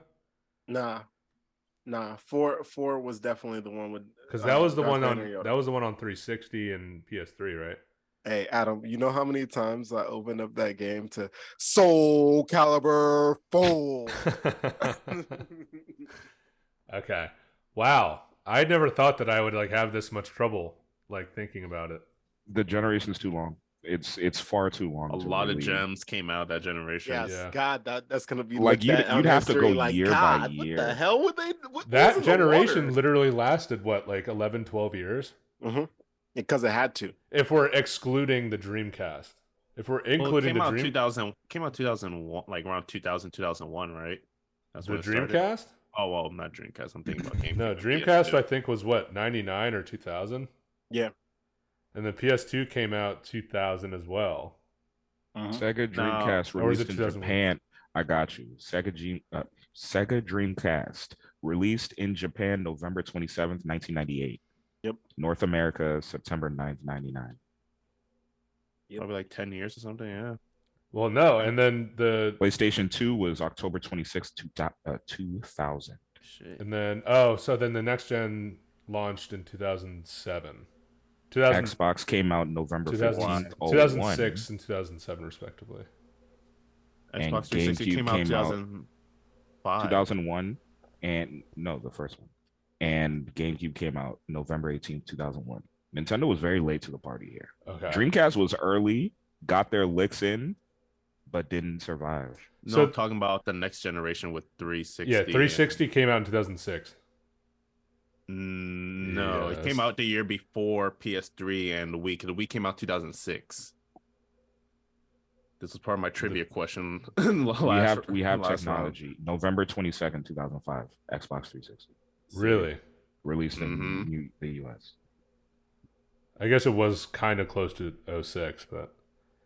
Speaker 6: Nah. Nah, four four was definitely the one with
Speaker 2: Because that
Speaker 6: uh,
Speaker 2: was the
Speaker 6: Darth
Speaker 2: one on
Speaker 6: Vader, yo.
Speaker 2: that was the one on 360 and PS3, right?
Speaker 6: Hey Adam, you know how many times I opened up that game to Soul Caliber Four?
Speaker 2: okay. Wow. I never thought that I would like have this much trouble like thinking about it.
Speaker 4: The generation's too long. It's it's far too long.
Speaker 3: A
Speaker 4: to
Speaker 3: lot of
Speaker 4: really-
Speaker 3: gems came out of that generation.
Speaker 6: yes,
Speaker 2: Yeah.
Speaker 6: God, that, that's gonna be
Speaker 4: Like,
Speaker 6: looked
Speaker 4: you'd-
Speaker 6: at on
Speaker 4: you'd have to
Speaker 6: history
Speaker 4: go year by
Speaker 6: God, What the
Speaker 4: year.
Speaker 6: hell would they? What,
Speaker 2: That generation literally lasted what like 11 12 years
Speaker 6: because it had to.
Speaker 2: if we're excluding the Dreamcast. If we're
Speaker 3: Well, it
Speaker 2: including
Speaker 3: came out
Speaker 2: the Dream
Speaker 3: 2000 came out 2001 like around 2000 2001, right? That's
Speaker 2: the
Speaker 3: when it started.
Speaker 2: Dreamcast?
Speaker 3: Oh well, not Dreamcast. I'm thinking about GameCube.
Speaker 2: No,
Speaker 3: and PS2.
Speaker 2: Dreamcast I think was what 99 or 2000.
Speaker 6: Yeah.
Speaker 2: And the PS2 came out 2000 as well.
Speaker 4: Sega Dreamcast
Speaker 2: Or was
Speaker 4: released
Speaker 2: it
Speaker 4: in
Speaker 2: 2001?
Speaker 4: Japan. I got you. Sega G, uh, Sega Dreamcast released in Japan November 27th, 1998.
Speaker 6: Yep.
Speaker 4: North America September 9th, 99.
Speaker 3: probably like 10 years or something. Yeah.
Speaker 2: Well, no, and then the
Speaker 4: PlayStation 2 was October 26th, two, thou- uh, 2000.
Speaker 3: Shit.
Speaker 2: And then oh, so then the next gen launched in 2007. 2000,
Speaker 4: Xbox came out November
Speaker 2: 2000
Speaker 4: 15th,
Speaker 2: 2006 and 2007 respectively.
Speaker 4: And
Speaker 3: Xbox 360
Speaker 4: GameCube
Speaker 3: came out
Speaker 4: came
Speaker 3: 2005.
Speaker 4: out 2001 and no the first one and gamecube came out november 18th 2001 nintendo was very late to the party here
Speaker 2: Okay.
Speaker 4: dreamcast was early got their licks in but didn't survive
Speaker 3: No,
Speaker 2: So-
Speaker 3: I'm talking about the next generation with 360.
Speaker 2: yeah, 360 came out in 2006.
Speaker 3: Mm, No, it
Speaker 2: Yes.
Speaker 3: came out the year before PS3 and the Wii. 'cause The Wii came out 2006. This was part of my trivia question. last,
Speaker 4: we have we have
Speaker 3: last round.
Speaker 4: technology november 22nd 2005 xbox 360
Speaker 2: Really?
Speaker 4: released
Speaker 3: Mhm.
Speaker 4: in U- the us
Speaker 2: I guess it was kind of close to 06, but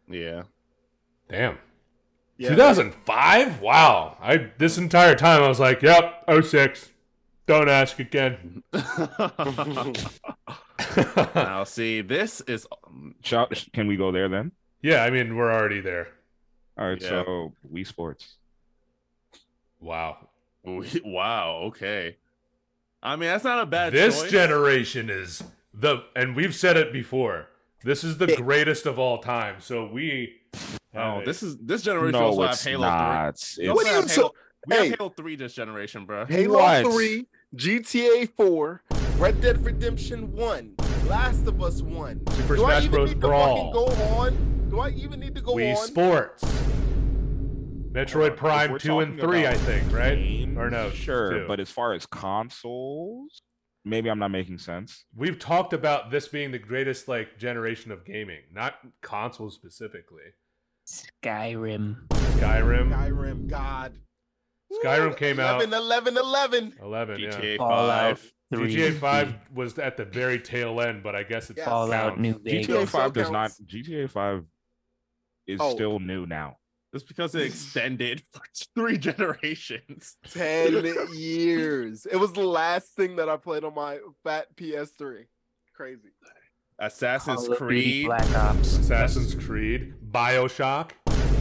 Speaker 3: Yeah.
Speaker 2: damn.
Speaker 6: Yeah,
Speaker 2: 2005? Wow. I this entire time I was like, "Yep, 06. Don't ask again."
Speaker 3: now see, this is um,
Speaker 4: Shout, can we go there then
Speaker 2: yeah, I mean, we're already there.
Speaker 4: all right
Speaker 3: Yeah.
Speaker 4: so wii sports
Speaker 2: Wow.
Speaker 3: wow. Okay, I mean that's not a bad.
Speaker 2: this
Speaker 3: choice.
Speaker 2: generation is the and we've said it before this is the
Speaker 6: Yeah.
Speaker 2: greatest of all time so we
Speaker 3: Oh,
Speaker 2: have
Speaker 3: this is this generation
Speaker 4: no
Speaker 3: also
Speaker 4: it's
Speaker 3: have Halo
Speaker 4: not
Speaker 3: Three.
Speaker 4: It's-
Speaker 6: What do
Speaker 3: we
Speaker 6: you
Speaker 3: have Halo, we
Speaker 6: Hey.
Speaker 3: have Halo Three this generation, bro.
Speaker 6: Halo
Speaker 4: What?
Speaker 6: 3, GTA 4, Red Dead Redemption 1. Last of Us 1.
Speaker 2: Super
Speaker 6: Do I
Speaker 2: Smash
Speaker 6: even
Speaker 2: Bros.
Speaker 6: need to
Speaker 2: Brawl.
Speaker 6: fucking go on? Do I even need to go
Speaker 2: Wii
Speaker 6: on?
Speaker 2: sports metroid
Speaker 4: If
Speaker 2: prime
Speaker 4: we're
Speaker 2: 2 and
Speaker 4: talking
Speaker 2: 3 i
Speaker 4: about
Speaker 2: think right
Speaker 4: games,
Speaker 2: Or no,
Speaker 4: sure
Speaker 2: two.
Speaker 4: but as far as consoles maybe i'm not making sense
Speaker 2: we've talked about this being the greatest like generation of gaming not consoles specifically
Speaker 5: Skyrim.
Speaker 2: skyrim
Speaker 6: Skyrim, God.
Speaker 2: Skyrim came out-
Speaker 6: 11, 11, 11.
Speaker 2: 11 yeah
Speaker 3: GTA
Speaker 5: Fallout
Speaker 3: Five.
Speaker 2: GTA 5 was at the very tail end, but I guess it's
Speaker 6: Yes.
Speaker 5: Fallout
Speaker 2: counts.
Speaker 5: New Vegas.
Speaker 4: GTA
Speaker 6: still
Speaker 4: Five does not.
Speaker 6: counts.
Speaker 4: GTA Five is
Speaker 6: Oh.
Speaker 4: still new now.
Speaker 3: It's because it extended for three generations.
Speaker 6: 10 years. It was the last thing that I played on my fat PS3. Crazy.
Speaker 3: Assassin's
Speaker 5: Call of Duty
Speaker 3: Creed.
Speaker 5: Black Ops.
Speaker 2: Assassin's Creed, BioShock,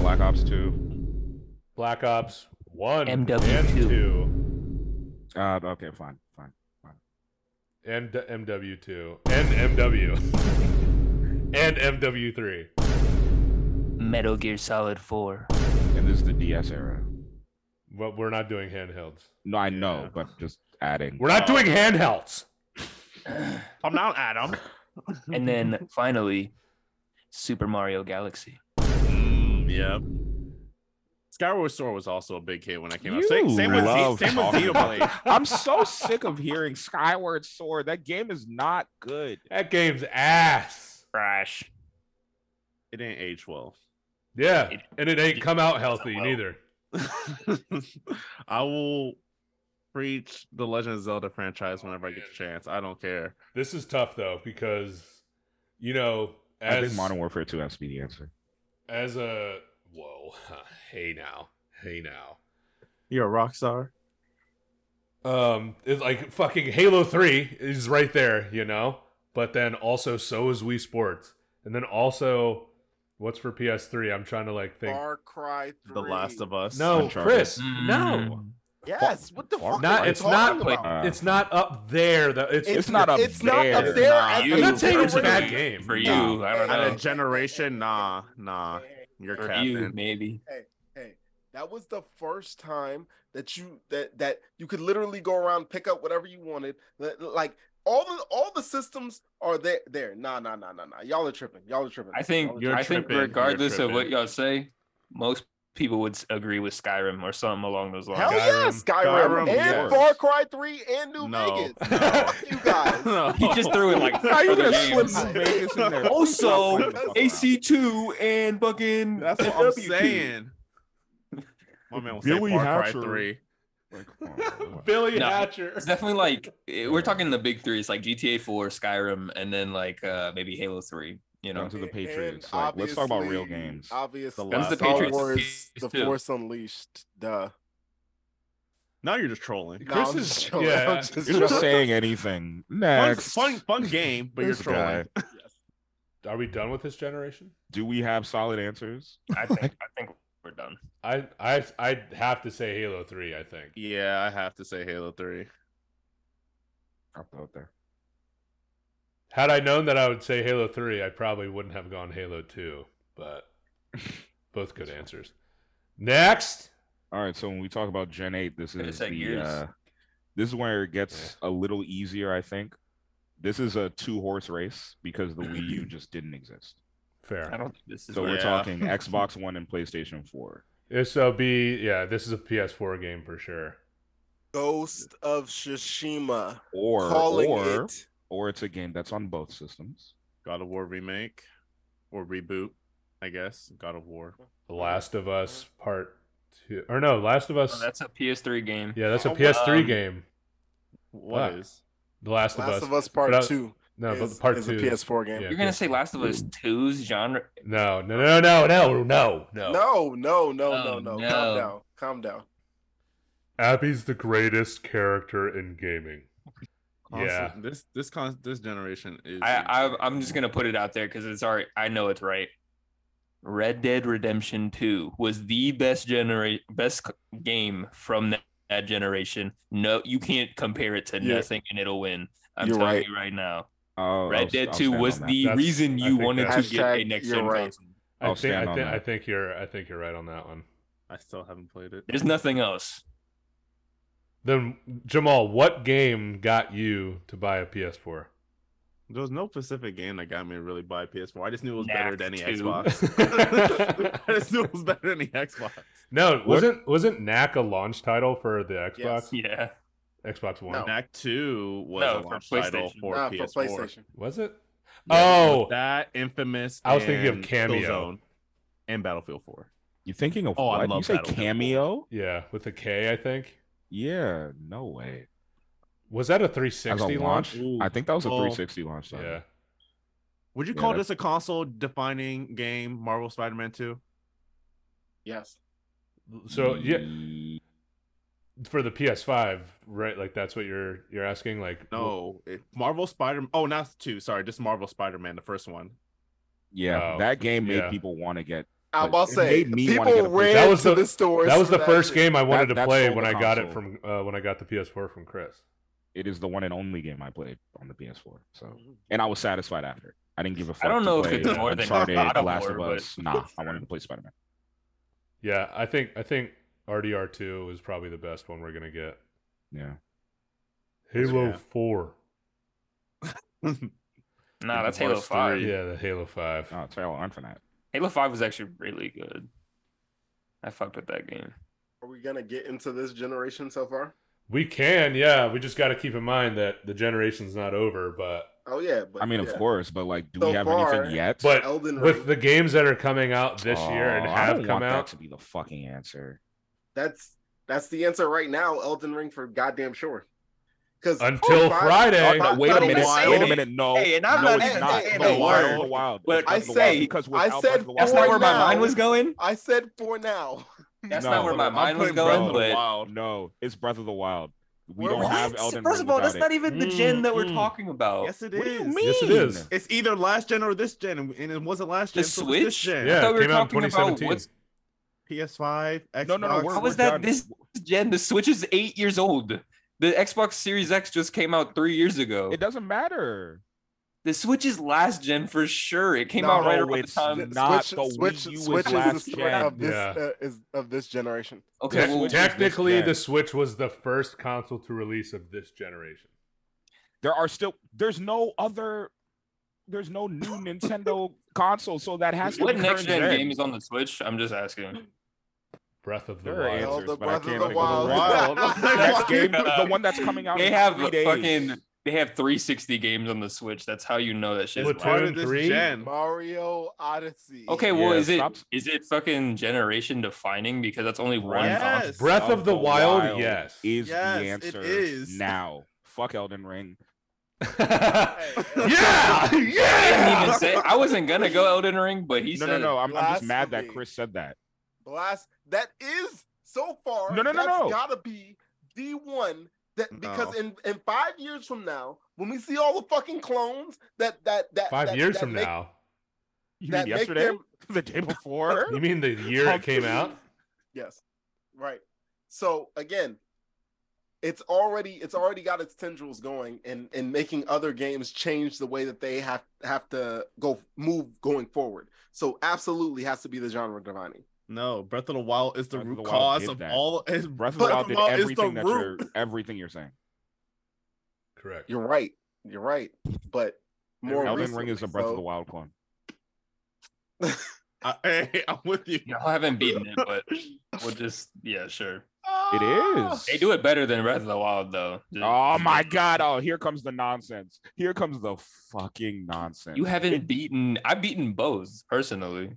Speaker 4: Black Ops Two.
Speaker 2: Black Ops 1 and
Speaker 5: MW2.
Speaker 2: 2.
Speaker 4: Uh, okay, fine, fine.
Speaker 2: and D- MW2 and MW and MW3.
Speaker 5: Metal Gear Solid 4.
Speaker 4: And this is the DS era.
Speaker 2: But we're not doing handhelds.
Speaker 4: No, I know,
Speaker 3: Yeah.
Speaker 4: but just adding.
Speaker 2: We're not doing handhelds.
Speaker 3: I'm not Adam.
Speaker 5: And then finally, Super Mario Galaxy.
Speaker 3: Mm, yeah. Skyward Sword was also a big hit when I came out. Same,
Speaker 4: You
Speaker 3: same with Z,
Speaker 4: love
Speaker 3: same with
Speaker 4: talking about-
Speaker 3: Xenoblade.
Speaker 4: I'm so sick of hearing Skyward Sword. That game is not good.
Speaker 2: That game's ass.
Speaker 5: Crash.
Speaker 3: It didn't age well.
Speaker 2: Yeah,
Speaker 5: It-
Speaker 2: and it ain't come out healthy
Speaker 5: well.
Speaker 2: neither.
Speaker 3: I will preach the Legend of Zelda franchise whenever I get the chance. I don't care.
Speaker 2: This is tough though because you know
Speaker 4: I
Speaker 2: as
Speaker 4: think Modern Warfare Two has to be the answer.
Speaker 2: as a whoa hey now hey now
Speaker 3: You're a rock star.
Speaker 2: um it's like fucking Halo Three is right there you know but then also so is Wii Sports and then also what's for PS3 I'm trying to like think
Speaker 6: Far Cry 3.
Speaker 3: The Last of Us.
Speaker 2: No,
Speaker 4: Uncharted.
Speaker 2: Chris. No.
Speaker 1: Yes. What the fuck?
Speaker 2: Not-
Speaker 1: are you
Speaker 2: it's
Speaker 1: talking
Speaker 2: not-
Speaker 1: about?
Speaker 4: Uh,
Speaker 2: It's not up there though. It's,
Speaker 4: It's not up
Speaker 1: It's not up
Speaker 4: there.
Speaker 1: there.
Speaker 5: Nah,
Speaker 1: at-
Speaker 5: you-
Speaker 2: I'm not saying it's a
Speaker 5: personally,
Speaker 2: bad game
Speaker 5: for you.
Speaker 1: No.
Speaker 5: I don't
Speaker 1: I
Speaker 3: Out
Speaker 5: know.
Speaker 3: of generation, nah, nah. You're
Speaker 5: For you,
Speaker 3: capping.
Speaker 5: maybe.
Speaker 1: That was the first time that you that that you could literally go around pick up whatever you wanted. That- Like all the all the systems are there. There. Nah, nah, nah, nah, nah. Y'all are tripping. Y'all are tripping.
Speaker 5: I think.
Speaker 1: Y'all are
Speaker 5: I
Speaker 1: tripping.
Speaker 5: think,
Speaker 3: tripping.
Speaker 5: regardless
Speaker 3: You're
Speaker 5: of what
Speaker 3: tripping.
Speaker 5: y'all say, most people would s- agree with Skyrim or something along those lines.
Speaker 1: Hell yeah,
Speaker 2: Skyrim.
Speaker 1: Skyrim,
Speaker 3: Skyrim,
Speaker 1: and
Speaker 3: yes.
Speaker 1: Far Cry Three and New
Speaker 3: No.
Speaker 1: Vegas.
Speaker 2: No.
Speaker 1: Fuck you guys.
Speaker 3: No.
Speaker 5: He just threw in like
Speaker 4: How you
Speaker 5: other
Speaker 4: gonna
Speaker 5: games.
Speaker 4: slip New Vegas in there?
Speaker 5: Also,
Speaker 4: Fuck around.
Speaker 5: AC2 and fucking
Speaker 3: That's what I'm saying. My man will say
Speaker 4: Billy
Speaker 3: Far Cry
Speaker 4: Hatcher.
Speaker 3: 3.
Speaker 4: Like, come on, bro.
Speaker 2: Billy
Speaker 5: No.
Speaker 2: Hatcher.
Speaker 5: It's definitely like eh, we're talking the big three. It's like GTA 4, Skyrim, and then like uh maybe Halo 3. You know,
Speaker 4: Down to the
Speaker 1: And-
Speaker 4: Patriots.
Speaker 1: and
Speaker 4: Like, let's talk about real
Speaker 1: obviously-
Speaker 4: games.
Speaker 1: Obviously,
Speaker 3: Them's the
Speaker 1: Star
Speaker 5: Patriots.
Speaker 1: Wars, The
Speaker 5: Too.
Speaker 1: Force Unleashed. Duh.
Speaker 3: Now you're just trolling.
Speaker 1: No, I'm
Speaker 2: Chris
Speaker 1: just
Speaker 2: is-
Speaker 1: joking.
Speaker 2: yeah.
Speaker 1: I'm just
Speaker 4: You're just
Speaker 1: joking.
Speaker 4: saying anything.
Speaker 3: Fun,
Speaker 4: Next.
Speaker 3: fun, fun game, but you're
Speaker 4: This guy.
Speaker 3: trolling.
Speaker 2: Are we done with this generation?
Speaker 4: Do we have solid answers?
Speaker 5: I think I think we're done.
Speaker 2: I I I have to say Halo Three. I think.
Speaker 3: Yeah, I have to say Halo 3.
Speaker 4: I'll throw it there.
Speaker 2: Had I known that I would say Halo Three, I probably wouldn't have gone Halo Two. But both good answers. Next.
Speaker 4: All right. So when we talk about Gen 8, this
Speaker 5: Could've
Speaker 4: is
Speaker 5: said
Speaker 4: the,
Speaker 5: Gears.
Speaker 4: uh, this is where it gets a little easier, I think. This is a two horse race because the Wii U just didn't exist.
Speaker 5: I
Speaker 2: Fair.
Speaker 5: don't think this is
Speaker 4: So
Speaker 5: what-
Speaker 4: we're
Speaker 3: Yeah.
Speaker 4: talking Xbox One and PlayStation 4.
Speaker 2: This will be yeah. This is a PS4 game for sure.
Speaker 1: Ghost of Shishima.
Speaker 4: Or
Speaker 1: calling
Speaker 4: or
Speaker 1: it.
Speaker 4: or it's a game that's on both systems.
Speaker 3: God of War remake or reboot, I guess. God of War.
Speaker 2: The Last of Us Part Two, or no, Last of
Speaker 5: Oh,
Speaker 2: Us.
Speaker 5: that's a PS3 game.
Speaker 2: yeah, that's
Speaker 1: Oh,
Speaker 2: a PS3
Speaker 5: um,
Speaker 2: game.
Speaker 3: What
Speaker 2: Fuck.
Speaker 3: is?
Speaker 2: The Last,
Speaker 1: Last
Speaker 2: of Us.
Speaker 1: of Us Part
Speaker 2: But I-
Speaker 1: Two.
Speaker 2: no,
Speaker 1: is,
Speaker 2: but Part
Speaker 1: is
Speaker 2: Two.
Speaker 1: a PS4 game.
Speaker 2: Yeah.
Speaker 5: You're gonna say Last of Us 2's genre?
Speaker 2: No, no, no, no, no, no, no.
Speaker 1: No, no, no, no, no.
Speaker 5: Oh, no.
Speaker 1: Calm down. Calm down.
Speaker 2: Abby's the greatest character in gaming. Yeah.
Speaker 3: Constant- This this con- this generation is
Speaker 5: I, I I'm just gonna put it out there because it's already I know it's right. Red Dead Redemption 2 was the best genera- best c- game from that, that generation. No, you can't compare it to
Speaker 1: Yeah.
Speaker 5: nothing, and it'll win. I'm
Speaker 1: You're
Speaker 5: telling
Speaker 1: right.
Speaker 5: you right now.
Speaker 4: Oh,
Speaker 5: Red
Speaker 4: I'll-
Speaker 5: Dead
Speaker 4: I'll
Speaker 5: 2
Speaker 4: stand
Speaker 5: was
Speaker 4: on that.
Speaker 5: the
Speaker 2: That's-
Speaker 5: reason
Speaker 2: I
Speaker 5: you
Speaker 2: think
Speaker 5: wanted to
Speaker 2: that's-
Speaker 5: get a
Speaker 1: Hashtag
Speaker 5: next
Speaker 1: you're
Speaker 5: gen
Speaker 1: right.
Speaker 5: console.
Speaker 2: I
Speaker 4: I'll
Speaker 2: think I
Speaker 4: stand on
Speaker 2: think I
Speaker 4: that.
Speaker 2: think you're I think you're right on that one.
Speaker 3: I still haven't played it.
Speaker 5: There's nothing else.
Speaker 2: Then Jamal, what game got you to buy a PS4?
Speaker 3: There was no specific game that got me to really buy PS4. I just knew it was better
Speaker 5: Knack
Speaker 3: than the
Speaker 5: 2.
Speaker 3: Xbox. I just knew it was better than the Xbox.
Speaker 2: No, wasn't wasn't Knack a launch title for the Xbox
Speaker 1: Yes.
Speaker 5: Yeah.
Speaker 2: Xbox One?
Speaker 1: No.
Speaker 3: Knack 2 was
Speaker 5: No,
Speaker 3: a
Speaker 5: for
Speaker 3: launch title
Speaker 5: PlayStation.
Speaker 3: for
Speaker 1: nah,
Speaker 3: PS4.
Speaker 1: for PlayStation.
Speaker 2: Was it?
Speaker 3: Yeah,
Speaker 2: Oh.
Speaker 3: with that infamous.
Speaker 2: I was thinking of
Speaker 3: and
Speaker 2: Cameo.
Speaker 3: Killzone and Battlefield 4.
Speaker 4: You're thinking of
Speaker 3: Oh, I
Speaker 4: what? you
Speaker 3: love
Speaker 4: say
Speaker 3: Battlefield.
Speaker 4: cameo?
Speaker 2: Yeah, with a K, I think.
Speaker 4: Yeah, no way.
Speaker 2: Was that a
Speaker 4: As a
Speaker 2: 360 launch?
Speaker 3: Ooh.
Speaker 4: I think that was a
Speaker 3: Oh.
Speaker 4: 360 launch. Though.
Speaker 2: Yeah.
Speaker 3: Would you
Speaker 4: Yeah,
Speaker 3: call
Speaker 4: that's-
Speaker 3: this a console defining game, Marvel Spider Man 2?
Speaker 1: Yes.
Speaker 2: So yeah,
Speaker 4: Mm,
Speaker 2: for the PS5, right? Like that's what you're you're asking. Like
Speaker 3: No, it- Marvel Spider. Oh, not two. Sorry, just Marvel Spider Man, the first one.
Speaker 4: Yeah,
Speaker 2: Oh,
Speaker 4: that game made
Speaker 2: yeah.
Speaker 4: people want to get.
Speaker 1: I'm
Speaker 4: But
Speaker 1: about
Speaker 4: it
Speaker 1: to say
Speaker 4: made me wanna
Speaker 1: people
Speaker 4: get a
Speaker 1: ran
Speaker 4: PlayStation.
Speaker 2: That was
Speaker 1: to
Speaker 2: the-
Speaker 1: the stores.
Speaker 2: that was
Speaker 1: for
Speaker 2: the first
Speaker 1: shit.
Speaker 2: game I wanted
Speaker 4: That-
Speaker 2: to
Speaker 4: that
Speaker 2: play
Speaker 4: sold
Speaker 2: when
Speaker 4: the
Speaker 2: I got it
Speaker 4: console.
Speaker 2: from uh, when I got the PS4 from Chris.
Speaker 4: It is the one and only game I played on the PS4. So, and I was satisfied after. I didn't give a fuck.
Speaker 5: don't
Speaker 4: to
Speaker 5: know if
Speaker 4: play
Speaker 5: it's more than
Speaker 4: Uncharted,
Speaker 5: God of
Speaker 4: Last
Speaker 5: War,
Speaker 4: of
Speaker 5: but-
Speaker 4: Us. Nah, I wanted to play Spider Man.
Speaker 2: Yeah, I think I think RDR2 is probably the best one we're gonna get.
Speaker 4: Yeah,
Speaker 2: Halo
Speaker 3: Yeah.
Speaker 2: 4. Oh,
Speaker 5: Nah, that's
Speaker 3: It
Speaker 5: Halo
Speaker 3: was
Speaker 5: 5.
Speaker 3: three.
Speaker 2: Yeah, the Halo 5.
Speaker 4: oh, Terrell Infinite.
Speaker 5: Halo 5 was actually really good. I fucked with that game.
Speaker 1: Are we gonna get into this generation so far?
Speaker 2: We can, yeah. We just got to keep in mind that the generation's not over, but
Speaker 1: Oh yeah, but
Speaker 4: I mean,
Speaker 1: yeah.
Speaker 4: of course, but like, do
Speaker 1: So
Speaker 4: we have
Speaker 1: far-
Speaker 4: anything yet?
Speaker 2: but
Speaker 1: Elden Ring.
Speaker 2: with the games that are coming out this year and
Speaker 4: Oh, I
Speaker 2: have
Speaker 4: don't
Speaker 2: come
Speaker 4: want
Speaker 2: out,
Speaker 4: that to be the fucking answer.
Speaker 1: That's that's the answer right now. Elden Ring for goddamn sure. Because
Speaker 2: Until Friday.
Speaker 4: No, wait
Speaker 1: not
Speaker 4: a
Speaker 1: even
Speaker 4: minute.
Speaker 1: saying
Speaker 4: Wait a
Speaker 1: it.
Speaker 4: minute. No,
Speaker 5: Hey, and I'm
Speaker 4: no,
Speaker 5: not-
Speaker 4: it's
Speaker 1: hey,
Speaker 4: not.
Speaker 1: hey,
Speaker 4: The
Speaker 1: hey,
Speaker 4: Wild,
Speaker 1: hey.
Speaker 4: the Wild.
Speaker 5: Look,
Speaker 4: It's Breath of the
Speaker 1: I
Speaker 4: Wild,
Speaker 1: say-
Speaker 4: because
Speaker 1: I said
Speaker 4: without Breath of the
Speaker 5: That's
Speaker 1: For
Speaker 5: not
Speaker 4: Wild-
Speaker 5: where my
Speaker 1: now.
Speaker 5: mind was going.
Speaker 1: I said for now.
Speaker 5: That's
Speaker 4: No,
Speaker 5: not where my
Speaker 4: I'm
Speaker 5: mind was
Speaker 3: putting Breath of
Speaker 5: going,
Speaker 3: the
Speaker 5: but
Speaker 3: Wild.
Speaker 4: No, it's Breath of the Wild. We
Speaker 1: Where
Speaker 4: don't
Speaker 1: was-
Speaker 4: have
Speaker 5: What?
Speaker 4: Elden
Speaker 5: First
Speaker 4: Ring
Speaker 5: of all,
Speaker 4: without
Speaker 5: that's not even the gen that we're
Speaker 2: Mm, mm.
Speaker 5: talking about.
Speaker 3: Yes, it
Speaker 4: it.
Speaker 3: is.
Speaker 4: What do you
Speaker 2: yes, it
Speaker 4: mean?
Speaker 2: is.
Speaker 3: It's either last gen or this gen, and and it wasn't last
Speaker 5: the
Speaker 3: gen. so it's this
Speaker 5: Switch?
Speaker 3: gen.
Speaker 2: Yeah,
Speaker 5: I thought we
Speaker 2: it
Speaker 5: were
Speaker 2: came out in
Speaker 5: talking about
Speaker 2: 2017.
Speaker 5: what's
Speaker 3: PS5, Xbox.
Speaker 4: No, no, no. We're,
Speaker 5: How
Speaker 4: we're
Speaker 5: is that
Speaker 4: done.
Speaker 5: this gen. The Switch is eight years old. The Xbox Series X just came out three years ago.
Speaker 4: It doesn't matter.
Speaker 5: The Switch is last gen for sure. It came out right
Speaker 4: No,
Speaker 5: around the
Speaker 4: it's
Speaker 5: time.
Speaker 4: not the Wii U was
Speaker 6: Switch is the
Speaker 4: last
Speaker 6: switch
Speaker 4: gen.
Speaker 6: of this
Speaker 2: Yeah.
Speaker 6: uh, is of this generation.
Speaker 5: Okay,
Speaker 2: Te-
Speaker 5: well, which is this
Speaker 2: technically,
Speaker 4: gen?
Speaker 2: the Switch was the first console to release of this generation.
Speaker 4: There are still there's no other there's no new Nintendo console, so that has to
Speaker 5: What
Speaker 4: be
Speaker 5: next
Speaker 4: current
Speaker 5: gen game is on the Switch? I'm just asking.
Speaker 2: Breath of the
Speaker 4: There it
Speaker 2: Wild.
Speaker 4: is.
Speaker 6: Oh,
Speaker 4: answers,
Speaker 6: the
Speaker 4: but I
Speaker 6: Breath of
Speaker 4: can't
Speaker 6: the
Speaker 4: think of the
Speaker 6: Wild.
Speaker 3: wild.
Speaker 4: Next game,
Speaker 5: Yeah.
Speaker 4: the one that's coming out.
Speaker 5: They
Speaker 4: in
Speaker 5: have
Speaker 4: three days.
Speaker 5: fucking they have 360 games on the Switch. That's how you know that shit.
Speaker 2: Well,
Speaker 5: Is
Speaker 3: Part
Speaker 5: last.
Speaker 3: of this
Speaker 2: Three?
Speaker 3: gen.
Speaker 6: Mario Odyssey.
Speaker 5: Okay, well,
Speaker 4: Yeah,
Speaker 5: is it is
Speaker 4: stop-
Speaker 5: it fucking generation defining because that's only one
Speaker 4: Yes.
Speaker 5: console?
Speaker 2: Breath of, the, Wild, yes.
Speaker 4: Is
Speaker 3: Yes,
Speaker 4: the
Speaker 3: it
Speaker 4: answer
Speaker 3: is.
Speaker 4: now? Fuck Elden Ring.
Speaker 2: yeah,
Speaker 5: I didn't
Speaker 2: yeah.
Speaker 5: even say I wasn't gonna go Elden Ring, but he
Speaker 4: No,
Speaker 5: said
Speaker 4: no, no. I'm, I'm just mad that
Speaker 6: Blasphemy.
Speaker 4: Chris said that.
Speaker 6: Blast. That is so far.
Speaker 4: No, no, no,
Speaker 6: that's
Speaker 4: no.
Speaker 6: Gotta be the one that because
Speaker 3: No.
Speaker 6: in in five years from now, when we see all the fucking clones that that that
Speaker 2: Five
Speaker 6: that-
Speaker 2: years
Speaker 6: that
Speaker 2: from
Speaker 6: make-
Speaker 2: now.
Speaker 4: You
Speaker 6: That
Speaker 4: mean
Speaker 6: make
Speaker 4: yesterday? the day before?
Speaker 2: You mean the year it came out?
Speaker 6: Yes. Right. So again, it's already it's already got its tendrils going and and making other games change the way that they have have to go move going forward. So absolutely has to be the genre divining.
Speaker 3: No, Breath of the Wild is the
Speaker 4: Breath of
Speaker 3: root
Speaker 4: the Wild
Speaker 3: cause
Speaker 4: did
Speaker 3: of
Speaker 4: that.
Speaker 3: all. Is
Speaker 4: Breath of the Wild did
Speaker 3: is the
Speaker 4: everything that you're
Speaker 3: root.
Speaker 4: everything you're saying.
Speaker 2: Correct.
Speaker 6: You're right. You're right. But more
Speaker 4: Elden
Speaker 6: recently,
Speaker 4: Ring is a Breath
Speaker 6: so-
Speaker 4: of the Wild clone.
Speaker 3: I, hey, I'm with you.
Speaker 5: y'all haven't beaten it, but we'll just yeah, sure.
Speaker 4: It
Speaker 1: Oh!
Speaker 4: is.
Speaker 5: They do it better than Breath of the Wild though. Just-
Speaker 4: Oh my god! Oh, here comes the nonsense. Here comes the fucking nonsense.
Speaker 5: You haven't beaten I've beaten both personally.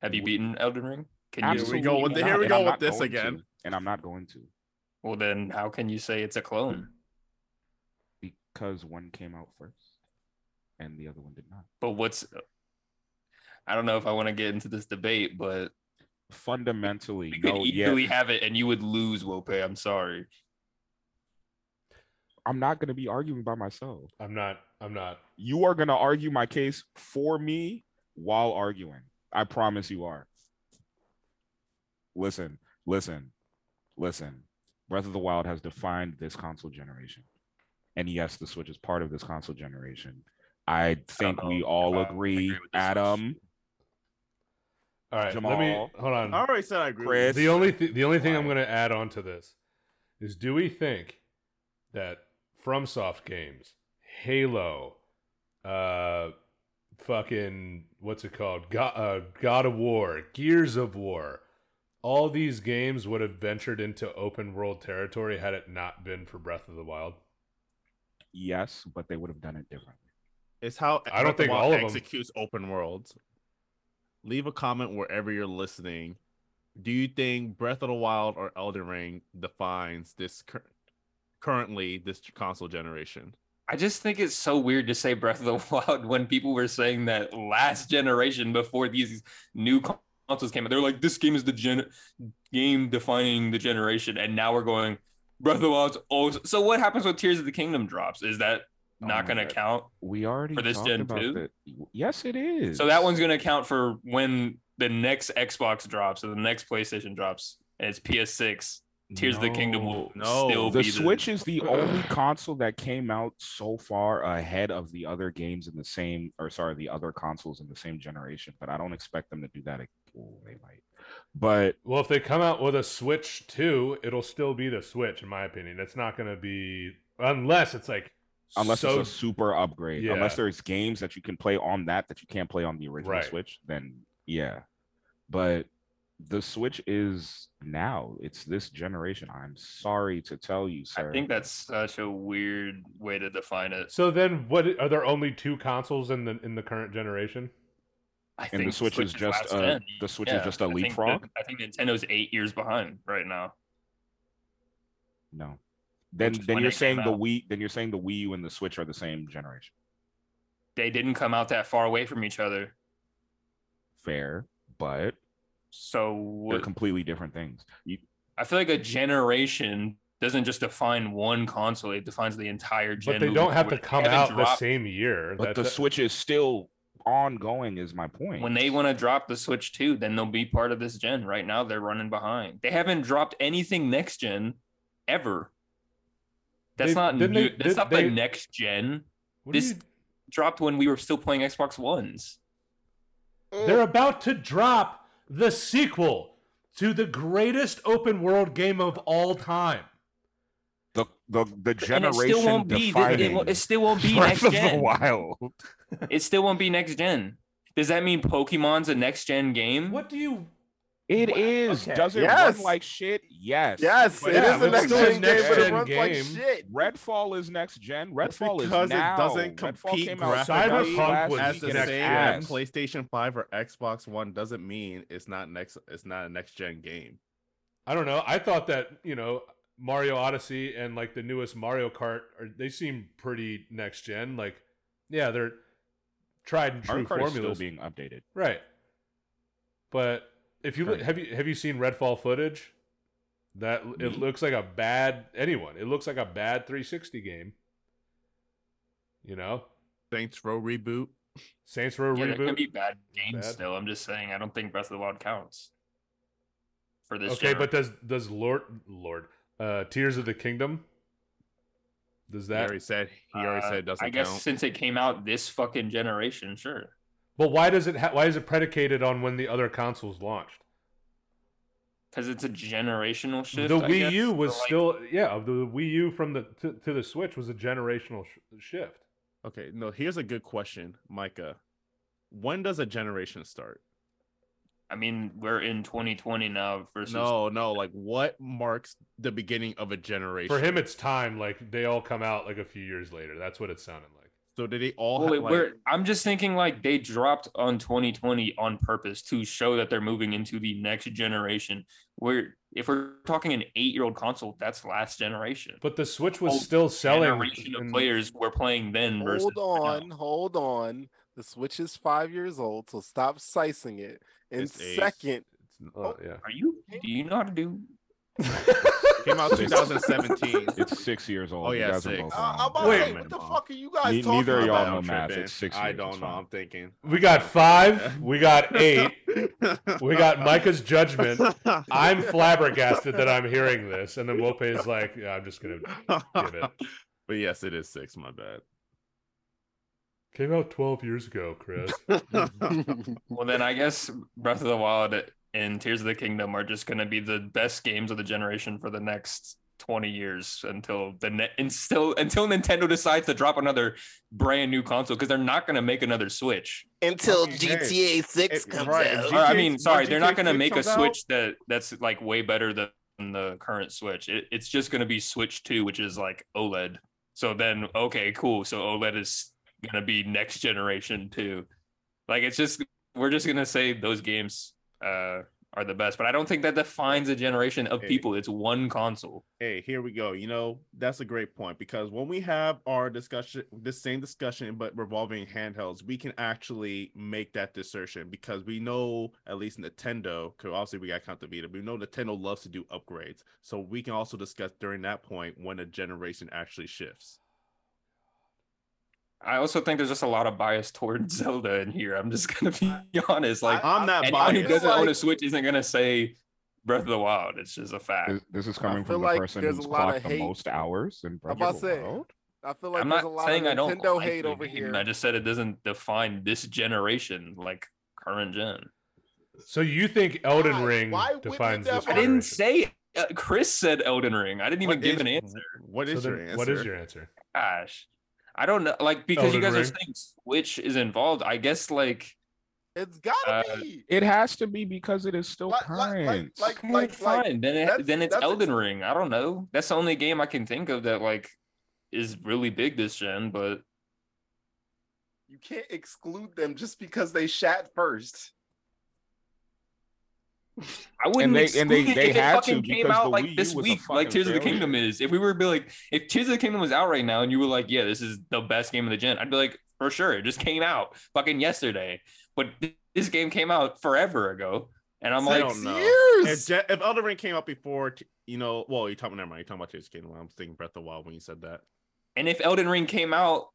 Speaker 5: Have you beaten Elden Ring? Can
Speaker 3: we
Speaker 5: you
Speaker 4: Absolutely
Speaker 3: go with the-
Speaker 4: not,
Speaker 3: here we
Speaker 4: and
Speaker 3: go
Speaker 4: I'm
Speaker 3: with
Speaker 4: not
Speaker 3: this
Speaker 4: going
Speaker 3: again.
Speaker 4: to, and I'm not going to
Speaker 5: well then how can you say it's a clone?
Speaker 4: because one came out first, and the other one did not.
Speaker 5: But what's I don't know if I want to get into this debate, but
Speaker 4: Fundamentally,
Speaker 5: we could
Speaker 4: no. Yeah,
Speaker 5: easily have it and you would lose, Wope. I'm sorry.
Speaker 4: I'm not going to be arguing by myself.
Speaker 2: I'm not. I'm not.
Speaker 4: You are going to argue my case for me while arguing. I promise you are. Listen, listen, listen. Breath of the Wild has defined this console generation. And yes, the Switch is part of this console generation. I think
Speaker 5: know
Speaker 4: we
Speaker 5: if
Speaker 4: all
Speaker 5: I
Speaker 4: Oh, agree,
Speaker 5: agree with this
Speaker 4: Adam.
Speaker 2: All right.
Speaker 4: Jamal.
Speaker 2: Let me hold on.
Speaker 3: I already said I agree.
Speaker 4: Chris.
Speaker 3: With
Speaker 2: The only th- the only thing I'm
Speaker 4: Why?
Speaker 2: going to add on to this is: Do we think that FromSoft games, Halo, uh, fucking what's it called, God, uh, God of War, Gears of War, all these games would have ventured into open world territory had it not been for Breath of the Wild?
Speaker 4: Yes, but they would have done it differently.
Speaker 3: you. It's how
Speaker 2: I don't
Speaker 3: Breath of the
Speaker 2: think
Speaker 3: Wild
Speaker 2: all of 'em.
Speaker 3: executes open worlds. Leave a comment wherever you're listening. Do you think Breath of the Wild or Elden Ring defines this cur- currently this console generation?
Speaker 5: I just think it's so weird to say Breath of the Wild when people were saying that last generation before these new con- consoles came out. They're like, this game is the gen- game defining the generation, and now we're going Breath of the Wild's oh. So what happens when Tears of the Kingdom drops? Is that
Speaker 4: Oh
Speaker 5: not
Speaker 4: my
Speaker 5: going to
Speaker 4: God.
Speaker 5: count?
Speaker 4: We already
Speaker 5: For this
Speaker 4: talked
Speaker 5: gen
Speaker 4: about
Speaker 5: too?
Speaker 4: that. Yes, it is.
Speaker 5: So that one's going to count for when the next Xbox drops or the next PlayStation drops, and it's PS6. Tears of the Kingdom will
Speaker 3: No,
Speaker 5: still
Speaker 4: the
Speaker 5: be
Speaker 4: Switch is the only console that came out so far ahead of the other games in the same, or sorry, the other consoles in the same generation. But I don't expect them to do that. ag- Well, they might, but
Speaker 2: Well, if they come out with a Switch 2, it'll still be the Switch, in my opinion. It's not going to be unless it's like
Speaker 4: unless
Speaker 2: so
Speaker 4: it's a super upgrade, unless
Speaker 2: Yeah.
Speaker 4: there's games that you can play on that that you can't play on the original
Speaker 2: Right.
Speaker 4: Switch, then yeah. But the Switch is now; it's this generation. I'm sorry to tell you, sir.
Speaker 5: I think that's such a weird way to define it.
Speaker 2: So then, what are there only two consoles in the in the current generation?
Speaker 5: I
Speaker 4: And the Switch is just
Speaker 5: last
Speaker 4: a
Speaker 5: gen.
Speaker 4: the Switch is just a
Speaker 5: I think that-
Speaker 4: leapfrog.
Speaker 5: I think Nintendo's eight years behind right now.
Speaker 4: No. Then
Speaker 5: is
Speaker 4: then
Speaker 5: when
Speaker 4: you're
Speaker 5: they came
Speaker 4: saying the
Speaker 5: out.
Speaker 4: Wii then you're saying the Wii U and the Switch are the same generation.
Speaker 5: They didn't come out that far away from each other,
Speaker 4: Fair, but
Speaker 5: so
Speaker 4: they're
Speaker 5: what,
Speaker 4: completely different things. You,
Speaker 5: I feel like a generation doesn't just define one console; it defines the entire gen.
Speaker 2: But they
Speaker 5: moving
Speaker 2: don't have to
Speaker 5: forward.
Speaker 2: come
Speaker 5: haven't
Speaker 2: out the
Speaker 5: dropped-
Speaker 2: same year.
Speaker 4: but
Speaker 2: That's
Speaker 4: the
Speaker 2: a-
Speaker 4: Switch is still ongoing. Is my point.
Speaker 5: When they want to drop the Switch 2, then they'll be part of this gen. Right now, they're running behind. They haven't dropped anything next gen ever. That's
Speaker 2: They-
Speaker 5: not new.
Speaker 2: didn't they-
Speaker 5: that's
Speaker 2: did-
Speaker 5: not
Speaker 2: they-
Speaker 5: the next gen.
Speaker 2: What
Speaker 5: This
Speaker 2: are you-
Speaker 5: dropped when we were still playing Xbox Ones.
Speaker 2: They're about to drop the sequel to the greatest open world game of all time.
Speaker 4: the the, the
Speaker 5: And it still
Speaker 4: generation
Speaker 5: won't be. It, it
Speaker 4: defining
Speaker 5: won't- it still won't be
Speaker 4: Breath
Speaker 5: next
Speaker 4: of the
Speaker 5: gen.
Speaker 4: Wild.
Speaker 5: It still won't be next gen. Does that mean Pokemon's a next gen game?
Speaker 2: What do you?
Speaker 4: It
Speaker 2: Wha-
Speaker 4: is.
Speaker 2: okay.
Speaker 4: Does it
Speaker 6: Yes.
Speaker 4: run like shit? Yes.
Speaker 6: Yes,
Speaker 4: But
Speaker 6: it
Speaker 2: yeah,
Speaker 6: is the
Speaker 2: it's
Speaker 6: next
Speaker 2: still
Speaker 6: gen
Speaker 2: a
Speaker 6: game, but it
Speaker 2: next-gen
Speaker 6: runs like
Speaker 2: game.
Speaker 6: shit.
Speaker 4: Redfall is next gen.
Speaker 6: That's
Speaker 4: Redfall
Speaker 6: because it
Speaker 4: is now.
Speaker 6: doesn't
Speaker 4: Redfall
Speaker 6: compete
Speaker 4: came out
Speaker 2: graphically. Cyberpunk was As
Speaker 4: last week
Speaker 3: That's
Speaker 2: the
Speaker 3: the
Speaker 4: and
Speaker 3: same
Speaker 4: it's
Speaker 2: same
Speaker 4: ass.
Speaker 3: PlayStation 5 or Xbox One doesn't mean it's not next it's not a next gen game.
Speaker 2: I don't know. I thought that you know Mario Odyssey and like the newest Mario Kart are they seem pretty next gen. Like, yeah, they're tried and true
Speaker 4: Mario Kart is still
Speaker 2: formulas,
Speaker 4: being updated.
Speaker 2: right? But if you look, have you have you seen Redfall footage? That it looks like a bad anyone. It looks like a bad 360 game. You know,
Speaker 3: Saints Row reboot.
Speaker 2: Saints Row
Speaker 5: Yeah, there
Speaker 2: reboot.
Speaker 5: can be bad games
Speaker 2: Bad.
Speaker 5: still. I'm just saying I don't think Breath of the Wild counts for this.
Speaker 2: okay, but
Speaker 5: generation.
Speaker 2: does does Lord Lord uh Tears of the Kingdom? Does
Speaker 3: He
Speaker 2: that?
Speaker 3: already said he already
Speaker 5: Uh,
Speaker 3: said it doesn't
Speaker 5: I guess
Speaker 3: count.
Speaker 5: since it came out this fucking generation, sure.
Speaker 2: But why does it? Ha- why is it predicated on when the other consoles launched?
Speaker 5: Because it's a generational shift.
Speaker 2: the
Speaker 5: I
Speaker 2: Wii
Speaker 5: guess,
Speaker 2: U was
Speaker 5: but, like,
Speaker 2: still yeah. The Wii U from the to, to the Switch was a generational sh- shift.
Speaker 3: Okay, no, here's a good question, Micah. When does a generation start?
Speaker 5: I mean, we're in 2020 now versus.
Speaker 3: No, no, like what marks the beginning of a generation?
Speaker 2: For him, it's time. Like they all come out like a few years later. That's what it sounded like.
Speaker 3: so did they all
Speaker 5: Well,
Speaker 3: have,
Speaker 5: wait,
Speaker 3: like,
Speaker 5: we're, I'm just thinking like they dropped on 2020 on purpose to show that they're moving into the next generation. Where if we're talking an eight-year-old console, that's last generation.
Speaker 2: But the Switch was
Speaker 5: Whole
Speaker 2: still selling.
Speaker 5: Oh, generation of
Speaker 2: in-
Speaker 5: players were playing then versus.
Speaker 6: Oh, Hold
Speaker 5: now.
Speaker 6: on, hold on. The Switch is five years old, so stop slicing it. And
Speaker 3: It's eight.
Speaker 6: second,
Speaker 2: It's- oh, yeah.
Speaker 5: Are you? Do you know how to do?
Speaker 3: came out 2017.
Speaker 4: It's six years old.
Speaker 3: Oh, yeah,
Speaker 4: you guys
Speaker 3: six.
Speaker 4: are both
Speaker 3: Uh,
Speaker 4: wrong.
Speaker 6: I'm about
Speaker 2: Wait.
Speaker 6: to say, what the fuck are you guys
Speaker 4: Ne-
Speaker 6: talking
Speaker 4: neither of y'all
Speaker 6: about?
Speaker 4: know math.
Speaker 3: tripping.
Speaker 4: It's six
Speaker 3: I
Speaker 4: years,
Speaker 3: don't
Speaker 4: it's
Speaker 3: know.
Speaker 4: fine.
Speaker 3: I'm thinking.
Speaker 2: We
Speaker 5: Oh.
Speaker 2: got five. We got eight. We got Micah's judgment. I'm flabbergasted that I'm hearing this, and then Wope is like, yeah, "I'm just gonna." Get it.
Speaker 3: But yes, it is six. My bad.
Speaker 2: Came out 12 years ago, Chris.
Speaker 5: Well, then I guess Breath of the Wild and Tears of the Kingdom are just going to be the best games of the generation for the next 20 years until the net and still until Nintendo decides to drop another brand new console because they're not going to make another Switch.
Speaker 1: until
Speaker 3: Hey,
Speaker 1: GTA 6
Speaker 3: it-
Speaker 1: comes
Speaker 3: right,
Speaker 1: out.
Speaker 3: GTA
Speaker 5: Or, I mean, sorry,
Speaker 3: when
Speaker 5: they're not
Speaker 3: GTA
Speaker 5: going to make a
Speaker 3: comes out-
Speaker 5: Switch that that's like way better than the current Switch. It, it's just going to be Switch 2, which is like OLED. So then, okay, cool. So OLED is going to be next generation too. Like it's just we're just going to say those games uh, are the best, but I don't think that defines a generation of
Speaker 3: Hey.
Speaker 5: people. It's one console.
Speaker 3: Hey, here we go. You know, that's a great point because when we have our discussion, this same discussion, but revolving handhelds, we can actually make that dissertion because we know, at least Nintendo, because obviously we got to count the Vita, we know Nintendo loves to do upgrades. So we can also discuss during that point when a generation actually shifts.
Speaker 5: I also think there's just a lot of bias towards Zelda in here. I'm just going to be honest. Like
Speaker 3: I'm not
Speaker 5: anyone who
Speaker 3: biased.
Speaker 5: doesn't own a
Speaker 6: like-
Speaker 5: Switch isn't going to say Breath of the Wild. It's just a fact.
Speaker 4: This- This is coming
Speaker 6: feel
Speaker 4: from the
Speaker 6: like
Speaker 4: person
Speaker 6: there's a
Speaker 4: who's
Speaker 6: lot of
Speaker 4: clocked the
Speaker 6: hate.
Speaker 4: most hours in
Speaker 6: I'm
Speaker 4: Breath
Speaker 6: about
Speaker 4: of
Speaker 6: to
Speaker 4: the
Speaker 6: say,
Speaker 4: Wild.
Speaker 6: I feel like
Speaker 5: I'm
Speaker 6: there's
Speaker 5: not
Speaker 6: a lot of
Speaker 5: saying I don't
Speaker 6: Nintendo
Speaker 5: like
Speaker 6: hate
Speaker 5: the
Speaker 6: over
Speaker 5: game.
Speaker 6: here.
Speaker 5: I just said it doesn't define this generation, like current gen.
Speaker 2: So you think Elden
Speaker 6: Why?
Speaker 2: Ring
Speaker 6: Why wouldn't
Speaker 2: defines
Speaker 6: it
Speaker 2: this?
Speaker 6: define-
Speaker 5: I didn't
Speaker 2: generation?
Speaker 5: say. Uh, Chris said Elden Ring. I didn't even
Speaker 3: What
Speaker 5: give
Speaker 3: is-
Speaker 5: an answer.
Speaker 3: What
Speaker 2: So
Speaker 3: is your
Speaker 2: then
Speaker 3: answer?
Speaker 2: What is your answer?
Speaker 5: Gosh, I don't know. Like because you guys
Speaker 2: Elden
Speaker 5: are
Speaker 2: Ring.
Speaker 5: saying Switch is involved. I guess like
Speaker 6: It's gotta
Speaker 5: Uh,
Speaker 6: be.
Speaker 4: It has to be because it is still
Speaker 6: Like- like-
Speaker 4: current.
Speaker 6: like-
Speaker 5: okay,
Speaker 6: like-
Speaker 5: eh, fine. then
Speaker 6: that's-
Speaker 5: it, then it's
Speaker 6: that's ex-
Speaker 5: Elden Ring. I don't know. That's the only game I can think of that like is really big this gen. But
Speaker 6: You can't exclude them just because they shat first.
Speaker 5: I wouldn't.
Speaker 4: they-
Speaker 5: exclude
Speaker 4: and they-
Speaker 5: it
Speaker 4: they
Speaker 5: if
Speaker 4: had
Speaker 5: it
Speaker 4: to
Speaker 5: fucking came
Speaker 4: because
Speaker 5: out
Speaker 4: the Wii
Speaker 5: like
Speaker 4: U
Speaker 5: this
Speaker 4: was a
Speaker 5: week, like
Speaker 4: fucking
Speaker 5: Tears of the
Speaker 4: failure.
Speaker 5: Kingdom is. If we were to be like, if Tears of the Kingdom was out right now, and you were like, yeah, this is the best game of the gen, I'd be like, for sure, it just came out fucking yesterday. But th- this game came out forever ago, and I'm
Speaker 6: Six
Speaker 5: like,
Speaker 3: don't know. If,
Speaker 6: years.
Speaker 3: Je- if Elden Ring came out before, t- you know, well, you're talking, never mind, you're talking about Tears of the Kingdom. I'm thinking Breath of the Wild when you said that.
Speaker 5: and if Elden Ring came out,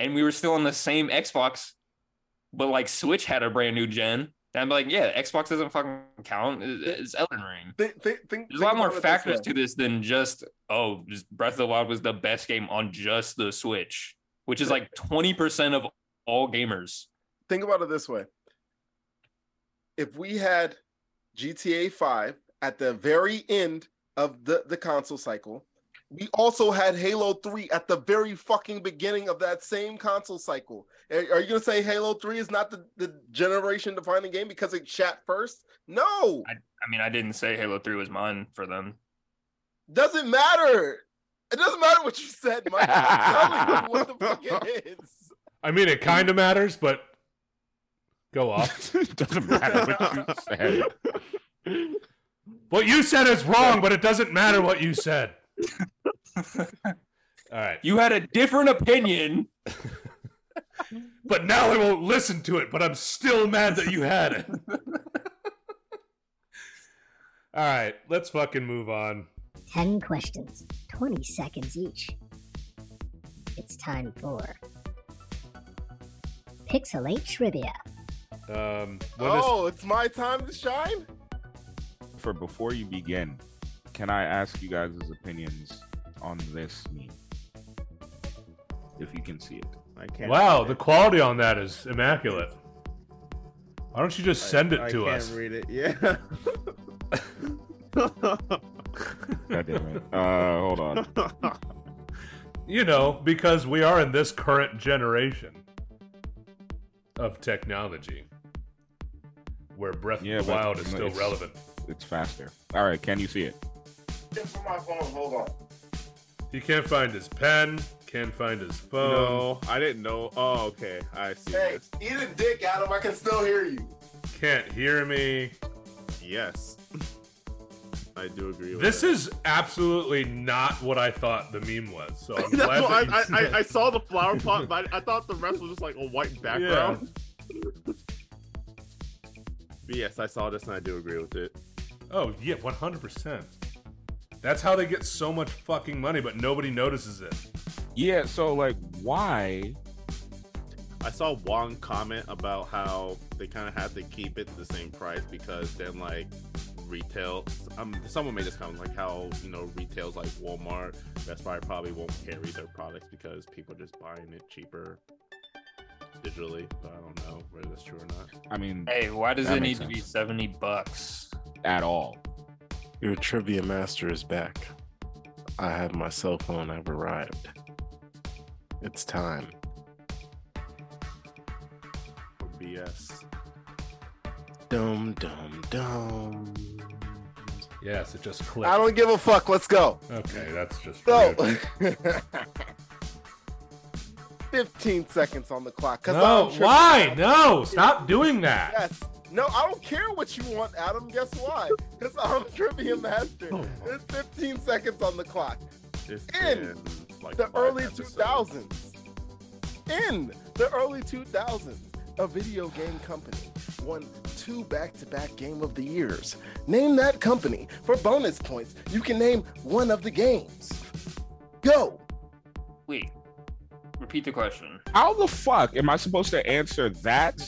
Speaker 5: and we were still on the same Xbox, But like Switch had a brand new gen. And I'm like, yeah, Xbox doesn't fucking count. It- It's Elden Ring.
Speaker 1: Th- th- think,
Speaker 5: There's a lot
Speaker 1: think
Speaker 5: more
Speaker 1: about it this
Speaker 5: factors
Speaker 1: way.
Speaker 5: to this than just oh, just Breath of the Wild was the best game on just the Switch, which is like 20% of all gamers.
Speaker 1: think about it this way if we had gta 5 at the very end of the, the console cycle we also had halo 3 at the very fucking beginning of that same console cycle are are you going to say halo 3 is not the, the generation defining game because it chat first no
Speaker 5: I mean, I didn't say Halo 3 was mine for them.
Speaker 1: doesn't matter it doesn't matter what you said Mike. Tell me what the fuck it is
Speaker 2: I mean, it kind of matters, but go off.
Speaker 4: Doesn't matter what you said.
Speaker 2: what you said is wrong, but it doesn't matter what you said. All right,
Speaker 5: You had a different opinion.
Speaker 2: but now I won't listen to it. But I'm still mad that you had it. All right, let's fucking move on.
Speaker 8: 10 questions, 20 seconds each. It's time for Pixelate Trivia.
Speaker 2: Um, when is-
Speaker 1: oh it's my time to shine
Speaker 4: For before you begin, can I ask you guys' opinions on this meme? If you can see it.
Speaker 3: I can't.
Speaker 2: wow,
Speaker 3: read
Speaker 2: the
Speaker 3: it.
Speaker 2: quality on that is immaculate. Why don't you just send it
Speaker 3: I,
Speaker 2: to
Speaker 3: I
Speaker 2: us?
Speaker 3: can't read it. Yeah.
Speaker 4: God damn it. Uh, hold on.
Speaker 2: You know, because we are in this current generation of technology where Breath
Speaker 4: Yeah,
Speaker 2: of the
Speaker 4: but
Speaker 2: Wild is
Speaker 4: no,
Speaker 2: still
Speaker 4: it's-
Speaker 2: relevant.
Speaker 4: It's faster. All right, can you see it?
Speaker 1: for my phone hold on
Speaker 2: He can't find his pen, can't find his phone,
Speaker 3: no, I didn't know. Oh, okay. I see.
Speaker 1: Hey,
Speaker 3: this.
Speaker 1: eat a dick, Adam. I can still hear you.
Speaker 2: can't hear me.
Speaker 3: Yes. I do agree with
Speaker 2: This
Speaker 3: that.
Speaker 2: is absolutely not what I thought the meme was. So I'm
Speaker 3: That's
Speaker 2: glad that
Speaker 3: why I,
Speaker 2: you
Speaker 3: I,
Speaker 2: said-
Speaker 3: I, I saw the flower pot, but I, I thought the rest was just like a white background. but yes, I saw this and I do agree with it.
Speaker 2: Oh yeah, one hundred percent. That's how they get so much fucking money, but nobody notices it.
Speaker 4: Yeah, so like why?
Speaker 3: I saw one comment about how they kind of had to keep it the same price because then like retail, um, someone made this comment like how you know retails like Walmart, Best Buy probably won't carry their products because people are just buying it cheaper digitally. But I don't know whether that's true or not.
Speaker 4: I mean
Speaker 5: Hey, why does
Speaker 4: That
Speaker 5: it need
Speaker 4: makes
Speaker 5: to be
Speaker 4: sense.
Speaker 5: 70 bucks?
Speaker 4: at all.
Speaker 6: Your trivia master is back. I have my cell phone. I've arrived. It's time.
Speaker 3: Or BS.
Speaker 6: Dum dum dum.
Speaker 2: Yes, it just clicked.
Speaker 1: I don't give a fuck. Let's go.
Speaker 2: Okay, that's just
Speaker 1: So,
Speaker 2: rude.
Speaker 1: 15 seconds on the clock. 'cause I'm
Speaker 2: No,
Speaker 1: tripping.
Speaker 2: why? No, stop doing that.
Speaker 1: Yes. No, I don't care what you want, Adam. Guess why? Because I'm trivia master.
Speaker 2: Oh.
Speaker 1: There's 15 seconds on the clock.
Speaker 3: It's
Speaker 1: In
Speaker 3: been, like,
Speaker 1: the
Speaker 3: five
Speaker 1: early
Speaker 3: episodes.
Speaker 1: 2000s. In the early 2000s, a video game company won two back to back Game of the Years. Name that company. For bonus points, you can name one of the games. Go.
Speaker 5: Wait, repeat the question.
Speaker 4: How the fuck am I supposed to answer that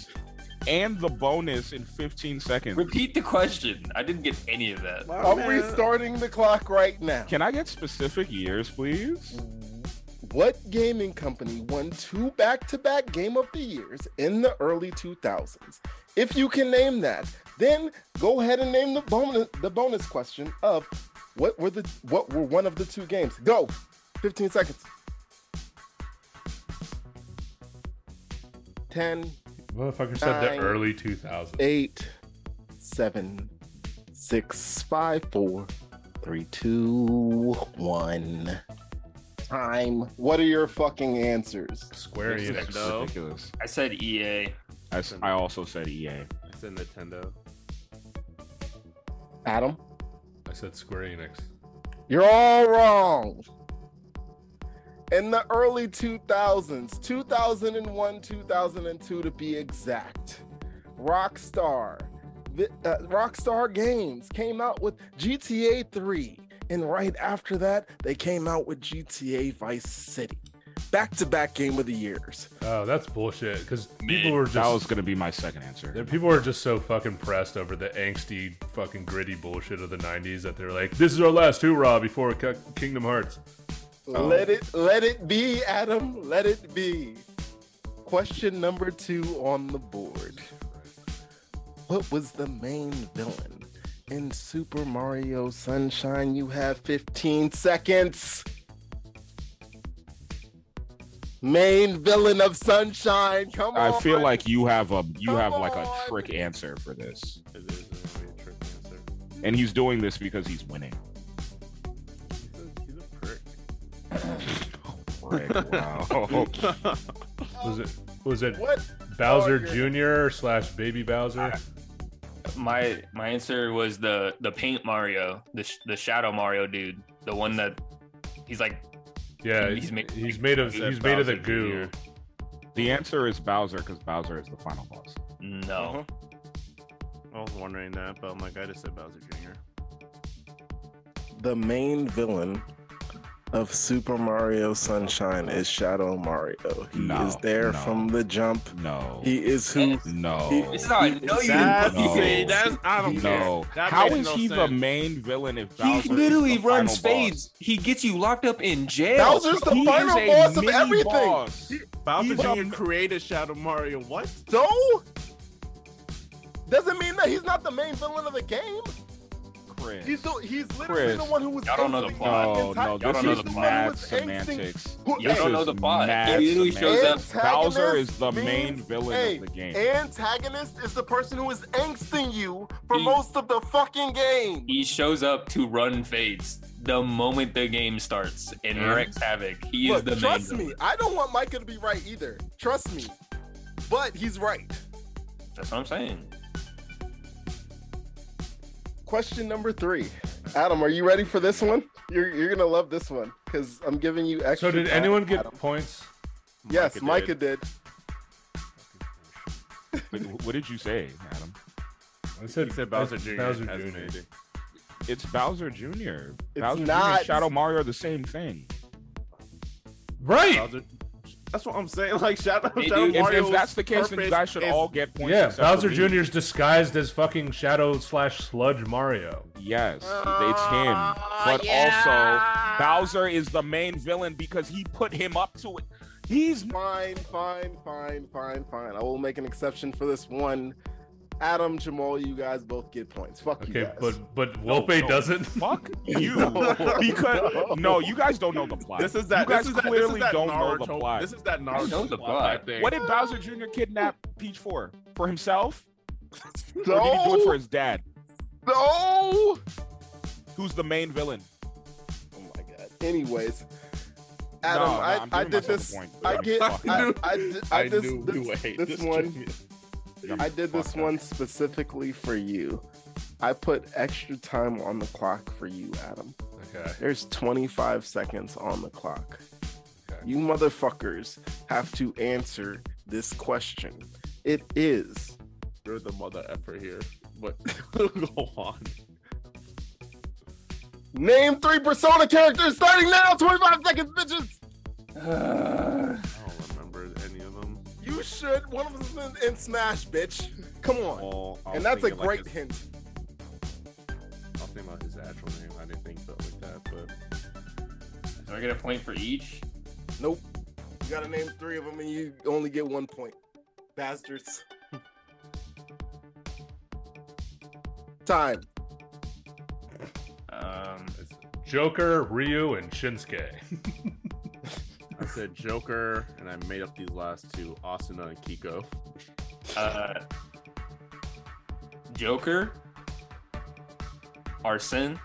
Speaker 4: and the bonus in 15 seconds?
Speaker 5: Repeat the question. I didn't get any of that.
Speaker 1: I'm restarting the clock right now.
Speaker 4: Can I get specific years, please?
Speaker 1: What gaming company won two back to back Game of the Years in the early 2000s? If you can name that, then go ahead and name the bonus, the bonus question of what were the what were one of the two games? Go. 15 seconds. 10,
Speaker 2: Motherfucker said the
Speaker 1: Nine.
Speaker 2: early 2000s.
Speaker 1: 8, 7, 6, 5, 4, 3, 2, 1. Time. What are your fucking answers?
Speaker 2: Square
Speaker 5: Six
Speaker 2: Enix.
Speaker 5: seconds.
Speaker 3: No.
Speaker 4: Ridiculous.
Speaker 5: I said E EA.
Speaker 4: I, s- I also said E EA.
Speaker 3: It's in Nintendo.
Speaker 1: Adam?
Speaker 2: I said Square Enix.
Speaker 1: You're all wrong. In the early 2000s, 2001, 2002 to be exact, Rockstar, vi- uh, Rockstar Games came out with GTA 3, and right after that, they came out with GTA Vice City. back-to-back game of the years.
Speaker 2: Oh, that's bullshit. Because
Speaker 5: Me.
Speaker 2: people were just
Speaker 4: That was gonna be my second answer.
Speaker 2: Yeah, people are just so fucking pressed over the angsty, fucking gritty bullshit of the '90s that they're like, "This is our last hoorah before Ki- Kingdom Hearts."
Speaker 4: Um,
Speaker 1: Let it let it be, Adam. Let it be. Question number two on the board. What was the main villain in Super Mario Sunshine? You have 15 seconds. Main villain of Sunshine. Come on.
Speaker 4: I feel like you have a you
Speaker 1: Come
Speaker 4: have like a
Speaker 1: on.
Speaker 4: trick answer for this, and he's doing this because he's winning. Frick, wow.
Speaker 2: Was it was it
Speaker 1: What?
Speaker 2: Bowser
Speaker 1: Oh,
Speaker 2: Jr. slash Baby
Speaker 1: Ah.
Speaker 2: Bowser?
Speaker 5: My my answer was the the paint Mario, the sh- the Shadow Mario dude, the one that he's like
Speaker 2: Yeah,
Speaker 5: He's
Speaker 2: he's
Speaker 5: made-
Speaker 2: made he's made of
Speaker 3: Said
Speaker 2: he's made of the
Speaker 3: Bowser
Speaker 2: goo.
Speaker 3: Jr..
Speaker 4: the answer is Bowser because Bowser is the final boss.
Speaker 3: Oh.
Speaker 5: no.
Speaker 3: I was wondering that, but I'm like, I just said Bowser Jr.
Speaker 6: The main villain of Super Mario Sunshine is Shadow Mario. He
Speaker 4: No,
Speaker 6: is there
Speaker 4: no.
Speaker 6: from the jump.
Speaker 4: No,
Speaker 6: He is who
Speaker 4: no,
Speaker 5: This is how I know you
Speaker 3: That's,
Speaker 5: didn't.
Speaker 4: No.
Speaker 3: see, that's I don't know.
Speaker 4: no.
Speaker 3: That
Speaker 4: How
Speaker 3: makes
Speaker 4: is
Speaker 3: no
Speaker 4: he the
Speaker 3: sense.
Speaker 4: main villain if
Speaker 5: He
Speaker 4: Bowser
Speaker 5: literally
Speaker 4: is the
Speaker 5: runs
Speaker 4: final
Speaker 5: spades.
Speaker 4: boss?
Speaker 5: He gets you locked up in jail.
Speaker 1: Bowser's the
Speaker 4: He
Speaker 1: final
Speaker 4: is a
Speaker 1: boss of
Speaker 4: mini
Speaker 1: everything.
Speaker 4: boss.
Speaker 3: Bowser
Speaker 4: He's-
Speaker 3: Jr. created Shadow Mario. What?
Speaker 1: So? Doesn't mean that he's not the main villain of the game.
Speaker 4: Chris.
Speaker 1: He's the, he's literally
Speaker 4: Chris.
Speaker 1: the one who was
Speaker 5: Y'all don't know the
Speaker 1: angsty
Speaker 5: plot.
Speaker 1: the
Speaker 4: Oh, No,
Speaker 1: entire-
Speaker 4: no,
Speaker 5: Y'all
Speaker 4: this
Speaker 5: don't know
Speaker 4: is
Speaker 5: the plot.
Speaker 4: mad
Speaker 1: Who- hey,
Speaker 4: semantics.
Speaker 5: You don't know
Speaker 4: is
Speaker 5: the plot.
Speaker 4: mad
Speaker 5: He literally shows up.
Speaker 1: Antagonist
Speaker 4: Bowser is the main
Speaker 1: means-
Speaker 4: villain
Speaker 1: hey,
Speaker 4: of the game.
Speaker 1: Antagonist is the person who is angsting you for
Speaker 5: He-
Speaker 1: most of the fucking game.
Speaker 5: He shows up to run fades the moment the game starts and
Speaker 4: Mhm.
Speaker 5: wreaks havoc. He
Speaker 1: Look,
Speaker 5: is the main.
Speaker 1: trust me, I don't want Micah to be right either. Trust me, but he's right.
Speaker 5: That's what I'm saying.
Speaker 1: Question number three, Adam, are you ready for this one? You're you're gonna love this one because I'm giving you
Speaker 2: So
Speaker 1: extra.
Speaker 2: did
Speaker 1: time,
Speaker 2: anyone get
Speaker 1: Adam.
Speaker 2: points?
Speaker 1: Yes,
Speaker 3: did.
Speaker 1: Micah did.
Speaker 4: Wait, what did you say, Adam?
Speaker 2: I
Speaker 3: He said Bowser Jr.
Speaker 2: Bowser
Speaker 3: as
Speaker 2: Jr.
Speaker 3: maybe.
Speaker 4: It's Bowser Jr.
Speaker 1: It's
Speaker 4: Bowser Jr.
Speaker 1: not.
Speaker 4: and Shadow Mario are the same thing.
Speaker 2: Right.
Speaker 3: Bowser. That's what I'm saying. Like Shadow,
Speaker 5: Hey,
Speaker 3: Shadow
Speaker 5: dude,
Speaker 4: If,
Speaker 3: Mario.
Speaker 4: if that's the case, then you guys should all get points.
Speaker 2: Yeah,
Speaker 4: except for
Speaker 2: Bowser
Speaker 4: me.
Speaker 2: Jr. is disguised as fucking Shadow slash Sludge Mario.
Speaker 4: Yes, it's him. But also, Bowser is the main villain because he put him up to it. He's
Speaker 1: Fine, fine, fine, fine, fine. I will make an exception for this one. Adam, Jamal, you guys both get points. Fuck you
Speaker 2: Okay,
Speaker 1: guys.
Speaker 2: but but Wolpe
Speaker 4: no.
Speaker 2: doesn't.
Speaker 4: fuck you.
Speaker 1: No.
Speaker 4: because
Speaker 1: No.
Speaker 4: no. you guys don't know the plot.
Speaker 3: This is that.
Speaker 4: You guys
Speaker 3: this is that,
Speaker 4: clearly
Speaker 3: this is that
Speaker 4: don't
Speaker 3: Naruto,
Speaker 4: know the plot.
Speaker 3: This is that
Speaker 5: I
Speaker 3: Naruto
Speaker 5: know the
Speaker 3: plot.
Speaker 5: plot.
Speaker 3: thing.
Speaker 4: What did Bowser Jr. kidnap Peach for? For himself? Or did he do it
Speaker 1: No,
Speaker 4: for his dad?
Speaker 1: no.
Speaker 4: Who's the main villain?
Speaker 1: Oh my god. Anyways, Adam,
Speaker 4: No, no,
Speaker 1: I,
Speaker 4: I'm
Speaker 1: I
Speaker 4: giving
Speaker 1: did
Speaker 4: myself a
Speaker 1: this.
Speaker 4: point.
Speaker 1: I
Speaker 4: I'm
Speaker 1: get.
Speaker 4: fucking-
Speaker 1: I,
Speaker 3: knew-
Speaker 1: I, did- I,
Speaker 3: I
Speaker 1: this,
Speaker 3: knew
Speaker 1: this,
Speaker 3: you would hate
Speaker 1: this,
Speaker 3: this
Speaker 1: one.
Speaker 4: I'm
Speaker 1: I did this
Speaker 4: fucked up.
Speaker 1: one specifically for you. I put extra time on the clock for you, Adam.
Speaker 2: Okay.
Speaker 1: There's 25 seconds on the clock.
Speaker 2: Okay.
Speaker 1: You motherfuckers have to answer this question. It is
Speaker 3: You're the mother effer here. But go on.
Speaker 1: name three persona characters starting now. 25 seconds, bitches.
Speaker 3: I don't remember any of them.
Speaker 1: You should. One of them's in, in Smash, bitch. Come on.
Speaker 3: All, Oh, I was
Speaker 1: and that's a
Speaker 3: thinking, like,
Speaker 1: great
Speaker 3: his-
Speaker 1: hint.
Speaker 3: I was thinking about his actual name. I didn't think about it like that, but
Speaker 5: Do I get a point for each?
Speaker 1: Nope. You gotta name three of them, and you only get one point. Bastards. Time.
Speaker 5: Um,
Speaker 2: Joker, Ryu, and Shinsuke.
Speaker 3: I said Joker, and I made up these last two: Asuna and Kiko.
Speaker 5: uh, Joker, Arson,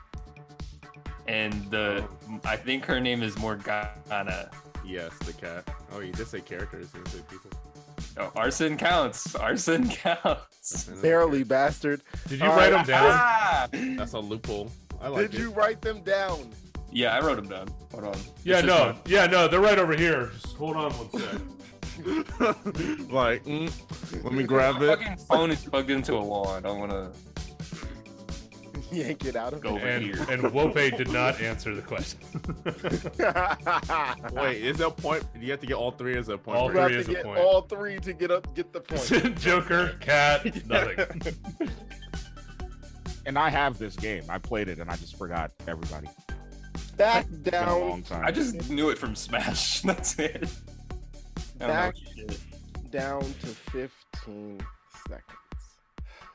Speaker 5: and the I think her name is Morgana.
Speaker 3: Yes, the cat. Oh, you did say characters, you didn't say people.
Speaker 5: Oh, arson counts. Arson counts.
Speaker 1: Barely, bastard.
Speaker 2: Did you
Speaker 1: All
Speaker 2: write
Speaker 1: right.
Speaker 2: him down?
Speaker 5: Ah!
Speaker 3: That's a loophole. I like
Speaker 1: Did you write them down?
Speaker 5: Yeah, I wrote him down. Hold on.
Speaker 2: Yeah,
Speaker 5: It's
Speaker 2: no,
Speaker 5: just
Speaker 2: yeah, no. They're right over here. Just hold on one sec.
Speaker 3: it? like, mm, let me grab
Speaker 5: My
Speaker 3: it.
Speaker 5: fucking phone is plugged into a wall. I don't want to.
Speaker 1: yank it out of
Speaker 3: Go
Speaker 2: and
Speaker 3: here.
Speaker 2: and Wope did not answer the question.
Speaker 1: it.
Speaker 3: Wait, is there a point? Do you have to get all three as a point?
Speaker 2: All
Speaker 3: for
Speaker 1: you
Speaker 2: three. is a
Speaker 1: have to get
Speaker 3: each?
Speaker 2: point.
Speaker 1: all three to get up, get the point.
Speaker 2: Joker, cat, nothing.
Speaker 4: And I have this game. I played it and I just forgot everybody. It's
Speaker 1: Back
Speaker 4: been a
Speaker 1: down,
Speaker 4: long time.
Speaker 5: I just knew it from Smash. That's it. I don't know
Speaker 1: Back-
Speaker 5: shit.
Speaker 1: down to fifteen seconds.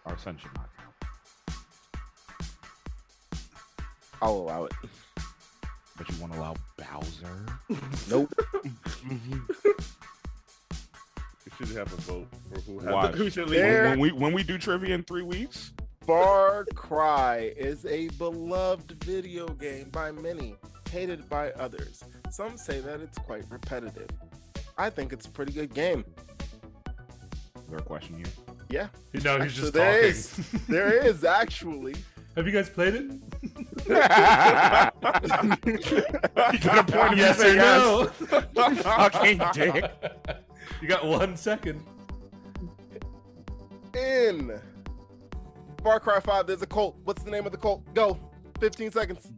Speaker 4: Our son should not count.
Speaker 1: I'll allow it.
Speaker 4: But you won't allow Bowser?
Speaker 1: Nope.
Speaker 3: We should have a vote for who has
Speaker 4: Why?
Speaker 3: who should leave.
Speaker 4: When,
Speaker 1: There-
Speaker 4: when we when we do trivia in three weeks,
Speaker 1: Far Cry is a beloved video game by many, hated by others. Some say that it's quite repetitive. I think it's a pretty good game.
Speaker 4: is there a question here?
Speaker 2: No, Oh, he's just
Speaker 1: So there
Speaker 2: talking.
Speaker 1: is- There is actually.
Speaker 2: Have you guys played it?
Speaker 4: you got a point if you
Speaker 2: yes
Speaker 4: say
Speaker 2: or no?
Speaker 4: Fucking dick.
Speaker 2: you got one second.
Speaker 1: in Far Cry 5, there's a cult. What's the name of the cult? Go. 15 seconds.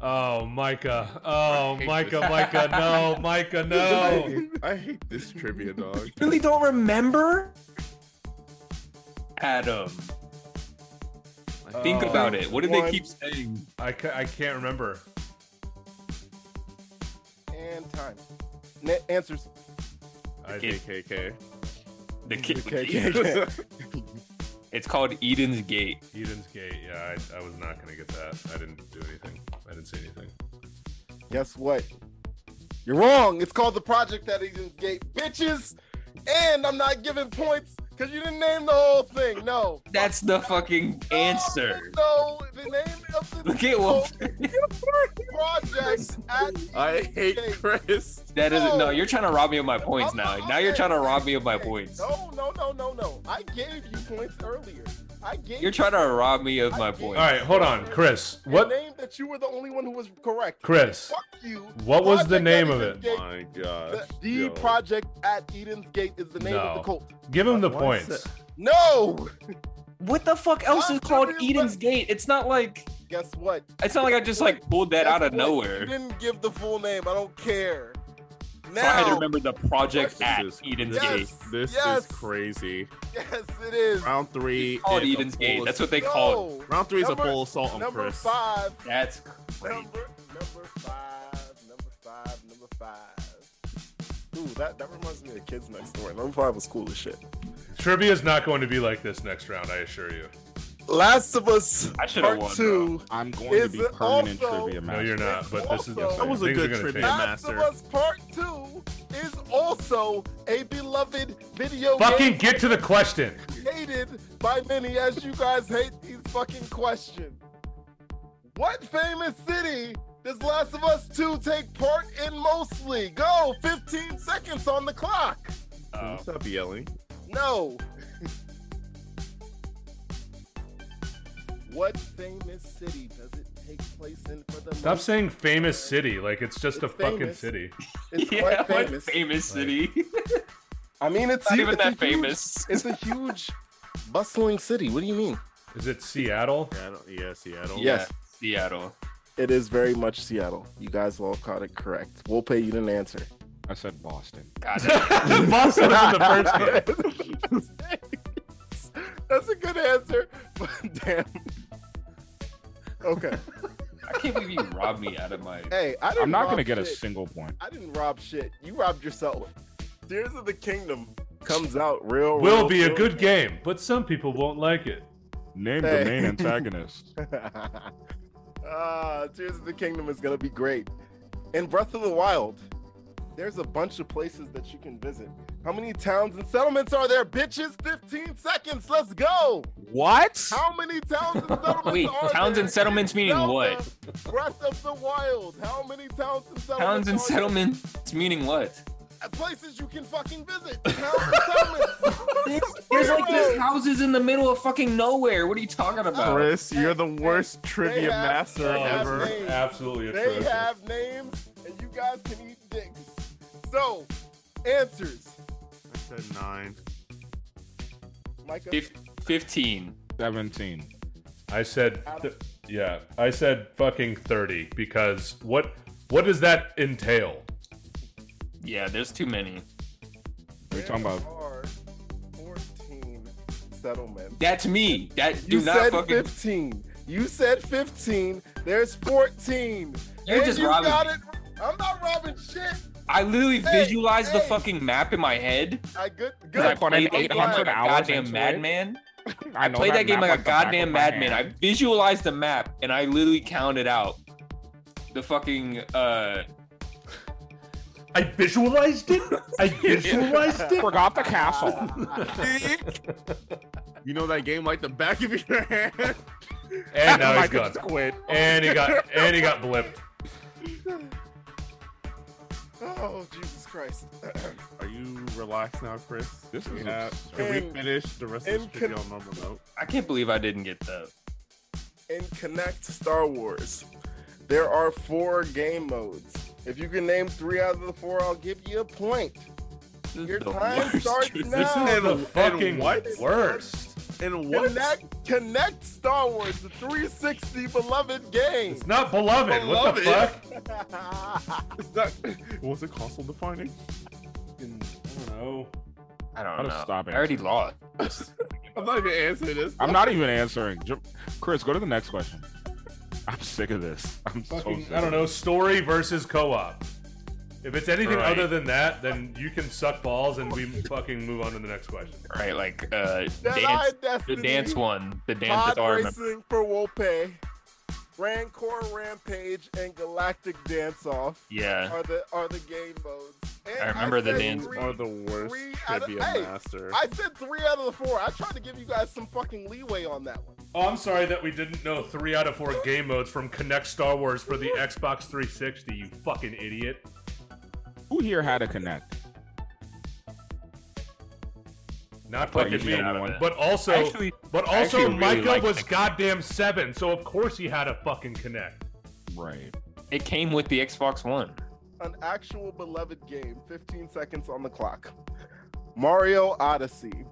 Speaker 2: Oh, Micah. Oh,
Speaker 3: hate
Speaker 2: Micah,
Speaker 3: this.
Speaker 2: Micah. No, Micah, no.
Speaker 3: I hate this trivia, dog.
Speaker 5: really don't remember? Adam. Think Uh,
Speaker 2: Oh.
Speaker 5: about it. What did
Speaker 1: One.
Speaker 5: they keep saying?
Speaker 2: I, ca- I can't remember.
Speaker 1: And time. Ne- answers.
Speaker 2: I
Speaker 5: Kid.
Speaker 3: KKK.
Speaker 5: The kid.
Speaker 1: KKK.
Speaker 5: It's called Eden's Gate.
Speaker 2: Eden's Gate. Yeah, I, I was not going to get that. I didn't do anything. I didn't say anything.
Speaker 1: Guess what? You're wrong. It's called the Project at Agent's Gate, bitches. And I'm not giving points because you didn't name the whole thing. No.
Speaker 5: That's the fucking answer.
Speaker 1: No, the name of the
Speaker 5: Look at what.
Speaker 1: project at
Speaker 3: I hate
Speaker 1: Okay.
Speaker 3: Chris.
Speaker 5: That is no.
Speaker 1: No.
Speaker 5: You're trying to rob me of my points
Speaker 1: I'm
Speaker 5: now.
Speaker 1: not-
Speaker 5: Now you're
Speaker 1: okay,
Speaker 5: trying to rob
Speaker 1: okay,
Speaker 5: me of my
Speaker 1: okay.
Speaker 5: points.
Speaker 1: No, no, no, no, no. I gave you points earlier. I gave
Speaker 5: You're trying to rob me of my
Speaker 2: All
Speaker 5: points.
Speaker 2: right, hold on. Chris,
Speaker 1: what
Speaker 2: what?
Speaker 1: name that you were the only one who was correct.
Speaker 2: Chris,
Speaker 1: Fuck you.
Speaker 2: what was the
Speaker 1: Project
Speaker 2: name
Speaker 1: at
Speaker 2: of
Speaker 1: Eden's
Speaker 2: it?
Speaker 1: Gate-
Speaker 3: My gosh.
Speaker 1: The, the
Speaker 3: yo.
Speaker 1: project at Eden's Gate is the name of
Speaker 2: No.
Speaker 1: the cult.
Speaker 2: Give him the
Speaker 3: What was
Speaker 2: points.
Speaker 1: No.
Speaker 5: What the fuck else
Speaker 1: I'm
Speaker 5: is called
Speaker 1: serious,
Speaker 5: Eden's
Speaker 1: but-
Speaker 5: Gate? It's not like
Speaker 1: Guess what?
Speaker 5: it's not like I just like pulled that
Speaker 1: Guess
Speaker 5: out of
Speaker 1: what? You
Speaker 5: nowhere.
Speaker 1: didn't give the full name. I don't care.
Speaker 5: So I had to
Speaker 1: Now.
Speaker 5: remember the project at
Speaker 3: This is-
Speaker 5: Eden's
Speaker 3: this
Speaker 5: Gate.
Speaker 3: is- This
Speaker 1: Yes.
Speaker 3: is crazy.
Speaker 1: yes, it is.
Speaker 3: Round three.
Speaker 5: It's called
Speaker 3: is a
Speaker 5: Eden's Gate.
Speaker 3: full-
Speaker 5: That's what they
Speaker 1: no.
Speaker 5: call it.
Speaker 3: Round three is
Speaker 1: Number-
Speaker 3: a full assault on
Speaker 1: Number
Speaker 3: Chris.
Speaker 1: five.
Speaker 5: That's crazy.
Speaker 1: Number number five. Number five. Number five. Ooh, that, that reminds me of Kids Next Door. Number five was cool as shit.
Speaker 2: Trivia is not going to be like this next round, I assure you.
Speaker 1: Last of Us
Speaker 5: I should
Speaker 1: Part
Speaker 5: have won. bro.
Speaker 1: Two.
Speaker 4: I'm going
Speaker 1: Is
Speaker 4: to be
Speaker 1: it
Speaker 4: permanent
Speaker 1: also-
Speaker 4: trivia
Speaker 2: No,
Speaker 4: master.
Speaker 2: you're not. But this is.
Speaker 1: That
Speaker 3: was a
Speaker 2: things are
Speaker 3: good
Speaker 2: gonna
Speaker 3: trivia.
Speaker 2: change.
Speaker 1: Last of
Speaker 3: Master.
Speaker 1: Us Part Two is also a beloved video
Speaker 2: Fucking get to the question.
Speaker 1: game hated by many as you guys hate these fucking questions. What famous city does Last of Us 2 take part in mostly? Go! 15 seconds on the clock!
Speaker 3: Can
Speaker 5: Uh,
Speaker 3: you Stop yelling.
Speaker 1: Um, No! what famous city does it take place in for the
Speaker 2: Stop
Speaker 1: most-
Speaker 2: saying famous city. Like it's just a
Speaker 1: It's
Speaker 2: fucking
Speaker 1: famous.
Speaker 2: city.
Speaker 1: It's
Speaker 5: yeah,
Speaker 1: quite
Speaker 5: what
Speaker 1: famous.
Speaker 5: famous city.
Speaker 1: I mean, it's
Speaker 5: not even
Speaker 1: it's a
Speaker 5: that
Speaker 1: huge-
Speaker 5: famous.
Speaker 1: It's a huge, bustling city. What do you mean?
Speaker 2: Is it Seattle?
Speaker 3: Yeah, I don't, yeah, Seattle.
Speaker 1: Yeah. Yes.
Speaker 5: Yeah, Seattle.
Speaker 1: It is very much Seattle. You guys all caught it correct. We'll pay you an answer.
Speaker 4: I said Boston.
Speaker 5: God, that-
Speaker 2: Boston was in the first game.
Speaker 1: That's a good answer, but damn. Okay.
Speaker 5: I can't believe you robbed me out of my.
Speaker 1: Hey, I didn't.
Speaker 4: I'm not
Speaker 1: rob
Speaker 4: going to get a
Speaker 1: shit.
Speaker 4: single point.
Speaker 1: I didn't rob shit. You robbed yourself. Tears of the Kingdom comes out real.
Speaker 2: Will
Speaker 1: real
Speaker 2: be a
Speaker 1: soon.
Speaker 2: good game, but some people won't like it.
Speaker 4: Name
Speaker 1: Hey.
Speaker 4: the main antagonist.
Speaker 1: ah, Tears of the Kingdom is gonna be great. In Breath of the Wild, there's a bunch of places that you can visit. How many towns and settlements are there, bitches? 15 seconds. Let's go.
Speaker 4: What?
Speaker 1: How many towns and settlements
Speaker 5: Wait,
Speaker 1: are
Speaker 5: towns
Speaker 1: there
Speaker 5: and settlements
Speaker 1: in
Speaker 5: meaning
Speaker 1: Zelda
Speaker 5: what?
Speaker 1: Breath of the Wild. How many towns and settlements?
Speaker 5: Towns and
Speaker 1: are there?
Speaker 5: settlements meaning what?
Speaker 1: Places you can fucking visit. Towns and settlements.
Speaker 5: There's like these houses in the middle of fucking nowhere. What are you talking about?
Speaker 3: Chris, you're the worst
Speaker 1: They
Speaker 3: trivia
Speaker 1: have-
Speaker 3: master
Speaker 1: they have
Speaker 3: ever.
Speaker 1: names.
Speaker 2: Oh, Absolutely
Speaker 1: They
Speaker 2: atrocious.
Speaker 1: have names, and you guys can eat dicks. So, answers.
Speaker 3: I said nine.
Speaker 1: Micah,
Speaker 5: Fif- Fifteen.
Speaker 4: 17.
Speaker 2: I said, th- yeah, I said fucking thirty because what what does that entail?
Speaker 5: Yeah, there's too many.
Speaker 4: We're talking about
Speaker 1: There are 14 settlements.
Speaker 5: That's me. That do
Speaker 1: You
Speaker 5: not
Speaker 1: said
Speaker 5: fucking.
Speaker 1: 15. You said 15. There's 14.
Speaker 5: You're
Speaker 1: And
Speaker 5: just
Speaker 1: you
Speaker 5: robbing.
Speaker 1: got it. I'm not robbing shit.
Speaker 5: I literally
Speaker 1: Hey,
Speaker 5: visualized the
Speaker 1: hey.
Speaker 5: fucking map in my head.
Speaker 1: I good good.
Speaker 5: Good. I
Speaker 4: Like on an
Speaker 5: played that game
Speaker 4: 800
Speaker 5: like a
Speaker 4: hours into
Speaker 5: goddamn
Speaker 4: it.
Speaker 5: madman.
Speaker 4: I, know
Speaker 5: played that game
Speaker 4: map
Speaker 5: like a
Speaker 4: the back of
Speaker 5: goddamn
Speaker 4: my
Speaker 5: madman. I
Speaker 4: hand.
Speaker 5: visualized the map and I literally counted out the fucking uh
Speaker 2: I visualized it. I visualized
Speaker 4: I forgot the castle.
Speaker 3: You know that game like the back of your hand.
Speaker 2: and now he's
Speaker 4: Mike
Speaker 2: gone.
Speaker 4: just quit.
Speaker 2: And he got and he got blipped.
Speaker 1: Oh Jesus Christ!
Speaker 3: Are you relaxed now, Chris?
Speaker 4: This
Speaker 3: Can we
Speaker 4: is
Speaker 3: have-
Speaker 4: absurd.
Speaker 3: Can we
Speaker 1: In-
Speaker 3: finish the rest
Speaker 1: in
Speaker 3: of the
Speaker 1: con-
Speaker 3: on normal note?
Speaker 5: I can't believe I didn't get that.
Speaker 1: In Connect Star Wars, there are four game modes. If you can name three out of the four, I'll give you a point.
Speaker 5: This is
Speaker 1: Your
Speaker 5: the
Speaker 1: time
Speaker 5: worst.
Speaker 1: starts
Speaker 2: This
Speaker 1: now.
Speaker 2: is the
Speaker 3: And
Speaker 2: fucking
Speaker 3: what?
Speaker 2: worst.
Speaker 3: And what?
Speaker 1: Connect, connect Star Wars, the 360 beloved game.
Speaker 2: It's not beloved. What the
Speaker 3: Beloved.
Speaker 2: fuck?
Speaker 3: Is that- What's it console defining?
Speaker 2: I don't know.
Speaker 5: I don't
Speaker 4: I'll
Speaker 5: know.
Speaker 4: stop
Speaker 5: I already lost.
Speaker 3: I'm not even answering this.
Speaker 4: I'm not even answering. Ju- Chris, go to the next question. I'm sick of this. I'm so
Speaker 2: Fucking,
Speaker 4: sick
Speaker 2: I don't
Speaker 4: of
Speaker 2: know. Story versus co-op. If it's anything
Speaker 5: Right.
Speaker 2: other than that, then you can suck balls and we fucking move on to the next question.
Speaker 5: Right, like uh
Speaker 1: Jedi
Speaker 5: dance the
Speaker 1: Destiny,
Speaker 5: dance one. The dance
Speaker 1: Pod
Speaker 5: that's already
Speaker 1: Racing for Wolpe, Rancor Rampage, and Galactic Dance Off
Speaker 5: Yeah.
Speaker 1: are the are the game modes. And
Speaker 5: I remember the
Speaker 1: said
Speaker 5: dance
Speaker 1: three-
Speaker 3: Or the worst
Speaker 1: three out of-
Speaker 3: trivia
Speaker 1: hey,
Speaker 3: master.
Speaker 1: I said three out of the four. I tried to give you guys some fucking leeway on that one.
Speaker 2: Oh, I'm sorry that we didn't know three out of four game modes from Connect Star Wars for the Xbox 360. You fucking idiot.
Speaker 4: this. Who here had a connect?
Speaker 2: Not
Speaker 4: Fuck,
Speaker 2: fucking me.
Speaker 4: you got
Speaker 5: it.
Speaker 2: But also,
Speaker 5: Actually-
Speaker 2: but
Speaker 5: I
Speaker 2: also,
Speaker 5: actually really
Speaker 2: Micah
Speaker 5: like
Speaker 2: was
Speaker 5: Connect.
Speaker 2: goddamn seven, so of course he had a fucking Connect.
Speaker 4: Right.
Speaker 5: It came with the Xbox One.
Speaker 1: An actual beloved game. 15 seconds on the clock. Mario Odyssey.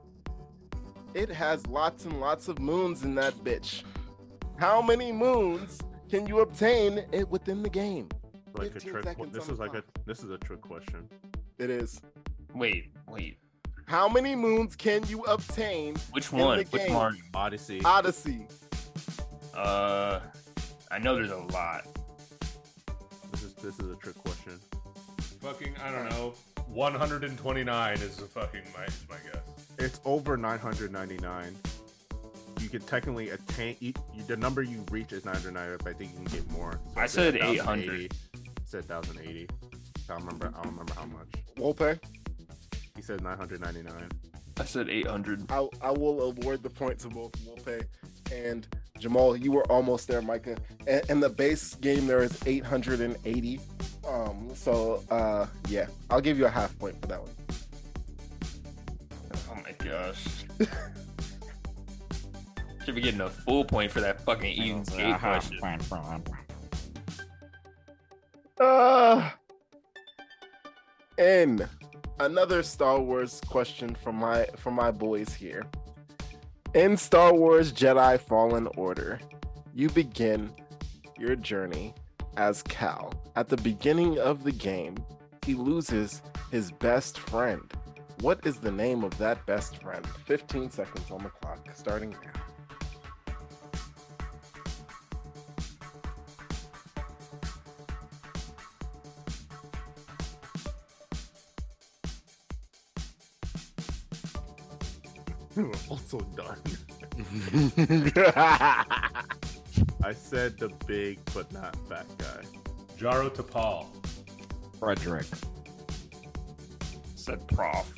Speaker 1: It has lots and lots of moons in that bitch. How many moons can you obtain it within the game?
Speaker 3: like a
Speaker 1: 15
Speaker 3: trick.
Speaker 1: seconds
Speaker 3: This
Speaker 1: on
Speaker 3: is
Speaker 1: the
Speaker 3: like a
Speaker 1: clock.
Speaker 3: this is a trick question.
Speaker 1: It is.
Speaker 5: Wait, wait.
Speaker 1: How many moons can you obtain
Speaker 5: Which
Speaker 1: In the
Speaker 5: one? Which
Speaker 1: game.
Speaker 5: Mario?
Speaker 3: Odyssey.
Speaker 1: Odyssey?
Speaker 5: Uh I know there's a lot.
Speaker 3: This is this is a trick question.
Speaker 2: Fucking, I don't know. 129 is a fucking my, is my guess.
Speaker 3: It's over 999. You can technically attain you, the number you reach is 999, but I think you can get more. So
Speaker 5: I
Speaker 3: it's
Speaker 5: said
Speaker 3: 1080. Said 1080. I don't remember. I don't remember how much.
Speaker 1: Wolpe,
Speaker 3: He said 999.
Speaker 5: I said eight hundred.
Speaker 1: I, I will award the point to both Wolpe and Jamal. You were almost there, Micah. And, and the base game there is 880. Um, so uh, yeah, I'll give you a half point for that one.
Speaker 5: Oh my gosh. Should be getting a full point for that fucking Eden's Gate question.
Speaker 1: Uh, and another Star Wars question from my from my boys here. In Star Wars Jedi Fallen Order, you begin your journey as Cal. At the beginning of the game, he loses his best friend. What is the name of that best friend? 15 seconds on the clock, starting now.
Speaker 3: We're also done. I said the big but not fat guy.
Speaker 2: Jaro Tapal.
Speaker 4: Frederick.
Speaker 5: Said prof.